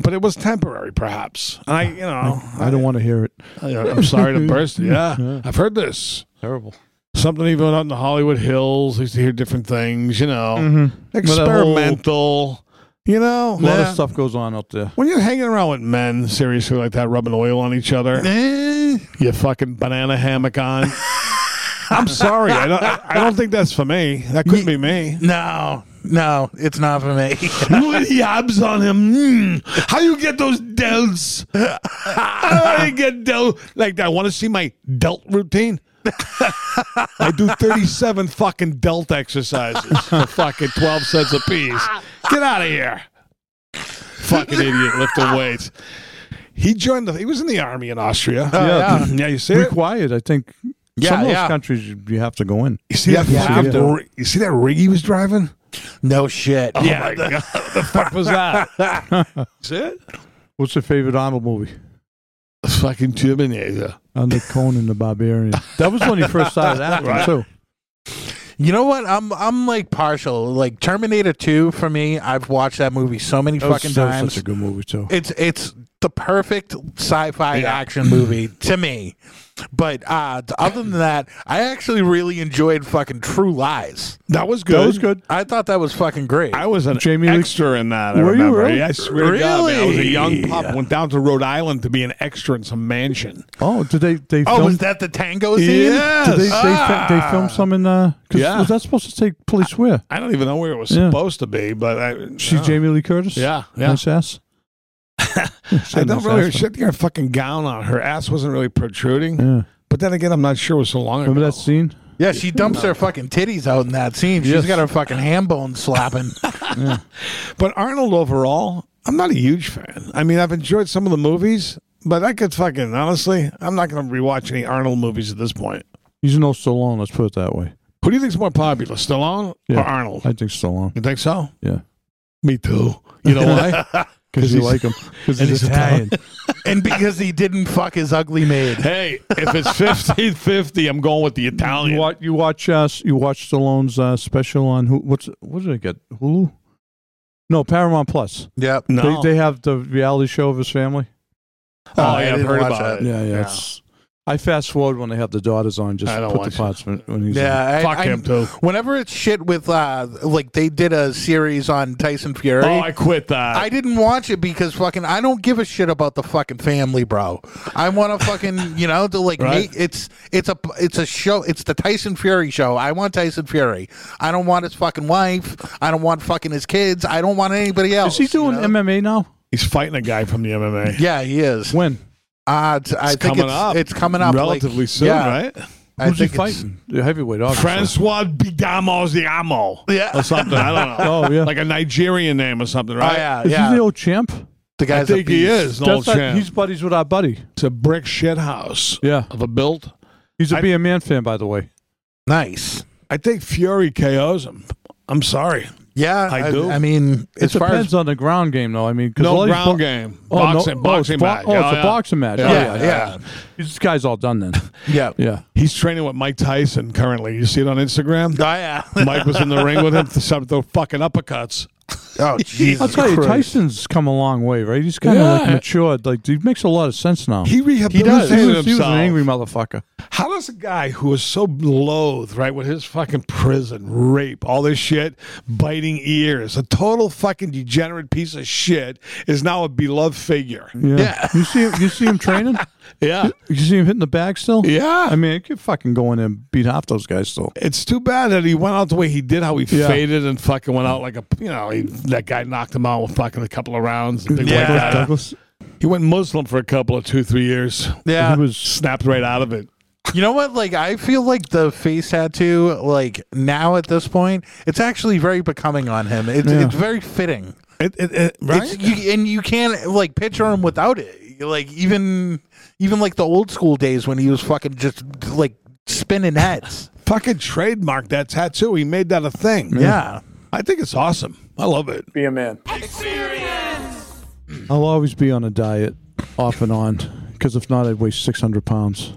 [SPEAKER 9] But it was temporary, perhaps. I, you know,
[SPEAKER 4] I don't want to hear it.
[SPEAKER 9] I- I'm sorry to
[SPEAKER 4] [LAUGHS]
[SPEAKER 9] burst. it. Yeah, I've heard this.
[SPEAKER 4] Terrible.
[SPEAKER 9] Something even out in the Hollywood Hills. I used to hear different things, you know,
[SPEAKER 4] Mm-hmm.
[SPEAKER 9] experimental. You know,
[SPEAKER 4] A lot of
[SPEAKER 9] nah.
[SPEAKER 4] stuff goes on out there.
[SPEAKER 9] When you're hanging around with men, seriously, like that, rubbing oil on each other, you fucking banana hammock on. I'm sorry, I don't. I, I don't think that's for me. That couldn't be me.
[SPEAKER 10] No, no, it's not for me. [LAUGHS]
[SPEAKER 9] Louis Yabs on him. Mm. How you get those delts? How do you get del like I want to see my delt routine. [LAUGHS] I do 37 fucking delt exercises for fucking 12 cents a piece. Get out of here. Fucking idiot lifting weights. He joined the he was in the army in Austria.
[SPEAKER 4] yeah.
[SPEAKER 9] yeah, you see it?
[SPEAKER 4] Required, I think.
[SPEAKER 10] Yeah,
[SPEAKER 4] Some of those
[SPEAKER 10] yeah.
[SPEAKER 4] countries you you have to go in.
[SPEAKER 9] You see,
[SPEAKER 4] Yeah,
[SPEAKER 9] that,
[SPEAKER 4] you have
[SPEAKER 9] fucking
[SPEAKER 4] to.
[SPEAKER 9] ri- you see that rig he was driving?
[SPEAKER 10] no shit.
[SPEAKER 9] Oh my God. What [LAUGHS] the fuck was that? Is it?
[SPEAKER 4] What's your favorite Arnold movie?
[SPEAKER 9] Fucking Terminator.
[SPEAKER 4] Under Conan the Barbarian. That was when you first started acting
[SPEAKER 9] Right.
[SPEAKER 4] too.
[SPEAKER 10] You know what? I'm I'm like partial. Like Terminator 2 for me. I've watched that movie so many
[SPEAKER 4] That was
[SPEAKER 10] fucking
[SPEAKER 4] so-
[SPEAKER 10] times.
[SPEAKER 4] such a good movie too.
[SPEAKER 10] it's it's the perfect sci-fi action movie to me. But uh other than that, I actually really enjoyed fucking True Lies.
[SPEAKER 9] That was good.
[SPEAKER 4] That was good.
[SPEAKER 10] I thought that was fucking great.
[SPEAKER 9] I oh, was an
[SPEAKER 4] Jamie Lee-
[SPEAKER 9] extra in that. I
[SPEAKER 4] Were you
[SPEAKER 9] remember.
[SPEAKER 4] really?
[SPEAKER 9] Yeah, I swear to God, man, I was a young
[SPEAKER 10] Really?
[SPEAKER 9] pup. Went down to Rhode Island to be an extra in some mansion.
[SPEAKER 4] Oh, did they they
[SPEAKER 10] oh, was
[SPEAKER 4] filmed
[SPEAKER 10] that the tango scene?
[SPEAKER 4] did they, they, fi- they
[SPEAKER 10] Ah!
[SPEAKER 4] filmed some in uh 'cause
[SPEAKER 9] Yeah.
[SPEAKER 4] was that supposed to take place where?
[SPEAKER 9] I don't even know where it was
[SPEAKER 4] Yeah.
[SPEAKER 9] supposed to be, but I,
[SPEAKER 4] She's
[SPEAKER 9] no.
[SPEAKER 4] Jamie Lee Curtis?
[SPEAKER 9] Yeah, yeah.
[SPEAKER 4] Nice ass.
[SPEAKER 9] I don't really. She had her fucking gown on. Her ass wasn't really protruding.
[SPEAKER 4] Yeah.
[SPEAKER 9] But then again, I'm not sure it was so long
[SPEAKER 4] Remember
[SPEAKER 9] ago.
[SPEAKER 4] that scene?
[SPEAKER 10] Yeah, she dumps her fucking titties out in that scene. She's
[SPEAKER 4] Yes.
[SPEAKER 10] got her fucking ham bone slapping.
[SPEAKER 9] But Arnold overall, I'm not a huge fan. I mean, I've enjoyed some of the movies, but I could fucking honestly, I'm not going to rewatch any Arnold movies at this point.
[SPEAKER 4] He's no Stallone, let's put it that way.
[SPEAKER 9] Who do you think's more popular, Stallone
[SPEAKER 4] Yeah.
[SPEAKER 9] or Arnold?
[SPEAKER 4] I think Stallone.
[SPEAKER 9] You think so?
[SPEAKER 4] Yeah.
[SPEAKER 9] Me too.
[SPEAKER 4] [LAUGHS]
[SPEAKER 9] You know why?
[SPEAKER 4] Because you like him. Because
[SPEAKER 9] and
[SPEAKER 4] he's
[SPEAKER 9] he's
[SPEAKER 4] Italian.
[SPEAKER 10] and because he didn't fuck his ugly maid.
[SPEAKER 9] Hey, if it's 1550, I'm going with the
[SPEAKER 4] You
[SPEAKER 9] Italian.
[SPEAKER 4] watch, you watch us. You watch Stallone's uh, special on who? What's what did I get? Hulu? No, Paramount Plus.
[SPEAKER 10] Yep.
[SPEAKER 9] No.
[SPEAKER 4] They, they have the reality show of his family.
[SPEAKER 9] oh,
[SPEAKER 10] I
[SPEAKER 9] yeah, I've
[SPEAKER 10] didn't
[SPEAKER 9] heard
[SPEAKER 10] watch
[SPEAKER 9] about
[SPEAKER 10] that.
[SPEAKER 9] it.
[SPEAKER 4] Yeah, yeah. it's- I fast forward when they have the daughters on. Just
[SPEAKER 9] I don't
[SPEAKER 4] put
[SPEAKER 9] watch
[SPEAKER 4] the parts when, when he's.
[SPEAKER 10] Yeah, I-
[SPEAKER 9] Fuck
[SPEAKER 10] I-
[SPEAKER 9] him, too.
[SPEAKER 10] Whenever it's shit with uh, like they did a series on Tyson Fury.
[SPEAKER 9] Oh, I quit that.
[SPEAKER 10] I didn't watch it because fucking I don't give a shit about the fucking family, bro. I want to fucking [LAUGHS] you know to like
[SPEAKER 9] Right.
[SPEAKER 10] make it's it's a it's a show. It's the Tyson Fury show. I want Tyson Fury. I don't want his fucking wife. I don't want fucking his kids. I don't want anybody
[SPEAKER 4] in.
[SPEAKER 10] else.
[SPEAKER 4] Is he doing
[SPEAKER 10] you know?
[SPEAKER 4] MMA now?
[SPEAKER 9] He's fighting a guy from the MMA.
[SPEAKER 10] Yeah, he is.
[SPEAKER 4] When?
[SPEAKER 10] Uh, it's, I
[SPEAKER 9] It's
[SPEAKER 10] think
[SPEAKER 9] coming
[SPEAKER 10] it's,
[SPEAKER 9] up.
[SPEAKER 10] It's coming up like-
[SPEAKER 9] relatively soon,
[SPEAKER 10] yeah,
[SPEAKER 9] right?
[SPEAKER 10] I
[SPEAKER 4] Who's he
[SPEAKER 10] think it's-
[SPEAKER 4] fighting? The heavyweight, obviously.
[SPEAKER 9] Francois Bidamos de Amo.
[SPEAKER 10] Yeah.
[SPEAKER 9] Or something. I don't know.
[SPEAKER 10] [LAUGHS]
[SPEAKER 4] Oh yeah.
[SPEAKER 9] Like a Nigerian name or something, right?
[SPEAKER 10] Oh, yeah,
[SPEAKER 4] is
[SPEAKER 10] yeah.
[SPEAKER 4] he the old champ?
[SPEAKER 10] the
[SPEAKER 9] I
[SPEAKER 10] guy's a
[SPEAKER 9] think he
[SPEAKER 10] beast.
[SPEAKER 9] is. an old
[SPEAKER 4] That's not-
[SPEAKER 9] champ.
[SPEAKER 4] he's buddies with our buddy.
[SPEAKER 9] It's a brick shit house
[SPEAKER 4] Yeah.
[SPEAKER 9] of a built.
[SPEAKER 4] He's a
[SPEAKER 9] I-
[SPEAKER 4] being man fan, by the way.
[SPEAKER 10] Nice.
[SPEAKER 9] I think Fury KOs him. I'm sorry.
[SPEAKER 10] Yeah,
[SPEAKER 9] I do.
[SPEAKER 10] I mean,
[SPEAKER 4] It
[SPEAKER 10] as far as
[SPEAKER 4] depends on the ground game, though. I mean, 'cause all
[SPEAKER 9] No
[SPEAKER 4] these
[SPEAKER 9] ground
[SPEAKER 4] bo-
[SPEAKER 9] game.
[SPEAKER 4] Oh, no-
[SPEAKER 9] Boxing,
[SPEAKER 4] oh,
[SPEAKER 9] boxing
[SPEAKER 4] it's bo-
[SPEAKER 9] match.
[SPEAKER 4] Oh, it's
[SPEAKER 9] Yeah,
[SPEAKER 4] a
[SPEAKER 9] yeah.
[SPEAKER 4] boxing match. Oh,
[SPEAKER 10] yeah,
[SPEAKER 4] yeah.
[SPEAKER 10] yeah,
[SPEAKER 4] This guy's all done then.
[SPEAKER 10] yeah.
[SPEAKER 4] Yeah.
[SPEAKER 9] He's training with Mike Tyson currently. You see it on
[SPEAKER 10] [LAUGHS]
[SPEAKER 9] Instagram? [LAUGHS]
[SPEAKER 10] Oh, yeah.
[SPEAKER 9] Mike was in the ring with him to some those fucking uppercuts.
[SPEAKER 10] Oh,
[SPEAKER 4] I'll
[SPEAKER 10] Jesus.
[SPEAKER 4] tell you,
[SPEAKER 10] Christ.
[SPEAKER 4] Tyson's come a long way, right? He's kind of like
[SPEAKER 9] Yeah.
[SPEAKER 4] matured. Like, he makes a lot of sense now.
[SPEAKER 9] He
[SPEAKER 4] he, was,
[SPEAKER 9] rehabilitated
[SPEAKER 4] he, was,
[SPEAKER 9] himself.
[SPEAKER 4] he was an angry motherfucker.
[SPEAKER 9] How does a guy who is so loath, right, with his fucking prison, rape, all this shit, biting ears, a total fucking degenerate piece of shit, is now a beloved figure?
[SPEAKER 4] Yeah. You see, you see
[SPEAKER 9] [LAUGHS]
[SPEAKER 4] him training.
[SPEAKER 9] Yeah.
[SPEAKER 4] You see him hitting the bag still.
[SPEAKER 9] Yeah.
[SPEAKER 4] I mean, he could fucking go in and beat half those guys still.
[SPEAKER 9] It's too bad that he went out the way he did, how he
[SPEAKER 4] Yeah.
[SPEAKER 9] faded and fucking went out like a, you know, he, that guy knocked him out with fucking a couple of rounds. the big white
[SPEAKER 10] Yeah.
[SPEAKER 9] guy.
[SPEAKER 4] Douglas.
[SPEAKER 9] He went Muslim for a couple of two, three years.
[SPEAKER 10] Yeah.
[SPEAKER 4] He was.
[SPEAKER 9] Snapped right out of it.
[SPEAKER 10] You know what? Like, I feel like the face tattoo, like now at this point, it's actually very becoming on him. It's
[SPEAKER 4] Yeah.
[SPEAKER 10] it's very fitting.
[SPEAKER 9] It, it, it-
[SPEAKER 10] It's, you, and you can't like picture him without it. You're Like even even like the old school days when he was fucking just like spinning heads.
[SPEAKER 9] fucking trademarked that tattoo. He made that a thing.
[SPEAKER 10] yeah.
[SPEAKER 9] I think it's awesome. I love it.
[SPEAKER 2] Be a man.
[SPEAKER 4] I'll always be on a diet, off and on, because if not, I'd weigh six hundred pounds.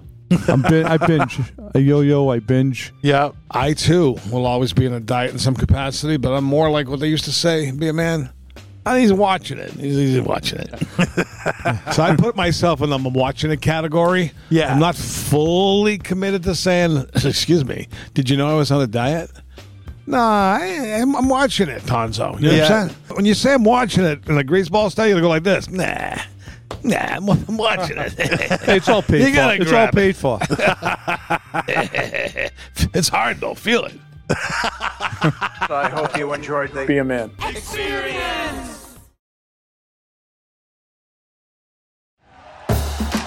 [SPEAKER 4] I'm bin- I
[SPEAKER 9] [LAUGHS]
[SPEAKER 4] binge. I yo-yo. I binge.
[SPEAKER 10] Yeah.
[SPEAKER 9] I too will always be in a diet in some capacity, but I'm more like what they used to say: be a man. And he's watching it. He's, he's watching
[SPEAKER 4] [LAUGHS]
[SPEAKER 9] it. so I put myself in the I'm watching it category.
[SPEAKER 10] Yeah.
[SPEAKER 9] I'm [CLEARS THROAT] not fully committed to saying, excuse me, did you know I was on a diet? Nah, I, am I'm watching it, Tonzo. You know what
[SPEAKER 10] Yeah.
[SPEAKER 9] I'm saying? When you say I'm watching it in a greaseball style, you go like this. Nah. Nah, I'm, I'm watching it.
[SPEAKER 4] Hey, [LAUGHS] it's all
[SPEAKER 9] [LAUGHS]
[SPEAKER 4] paid
[SPEAKER 9] You
[SPEAKER 4] for.
[SPEAKER 9] gotta
[SPEAKER 4] It's all
[SPEAKER 9] grab
[SPEAKER 4] paid for.
[SPEAKER 9] it's hard though. Feel it.
[SPEAKER 12] I hope you enjoyed the
[SPEAKER 2] Be a man.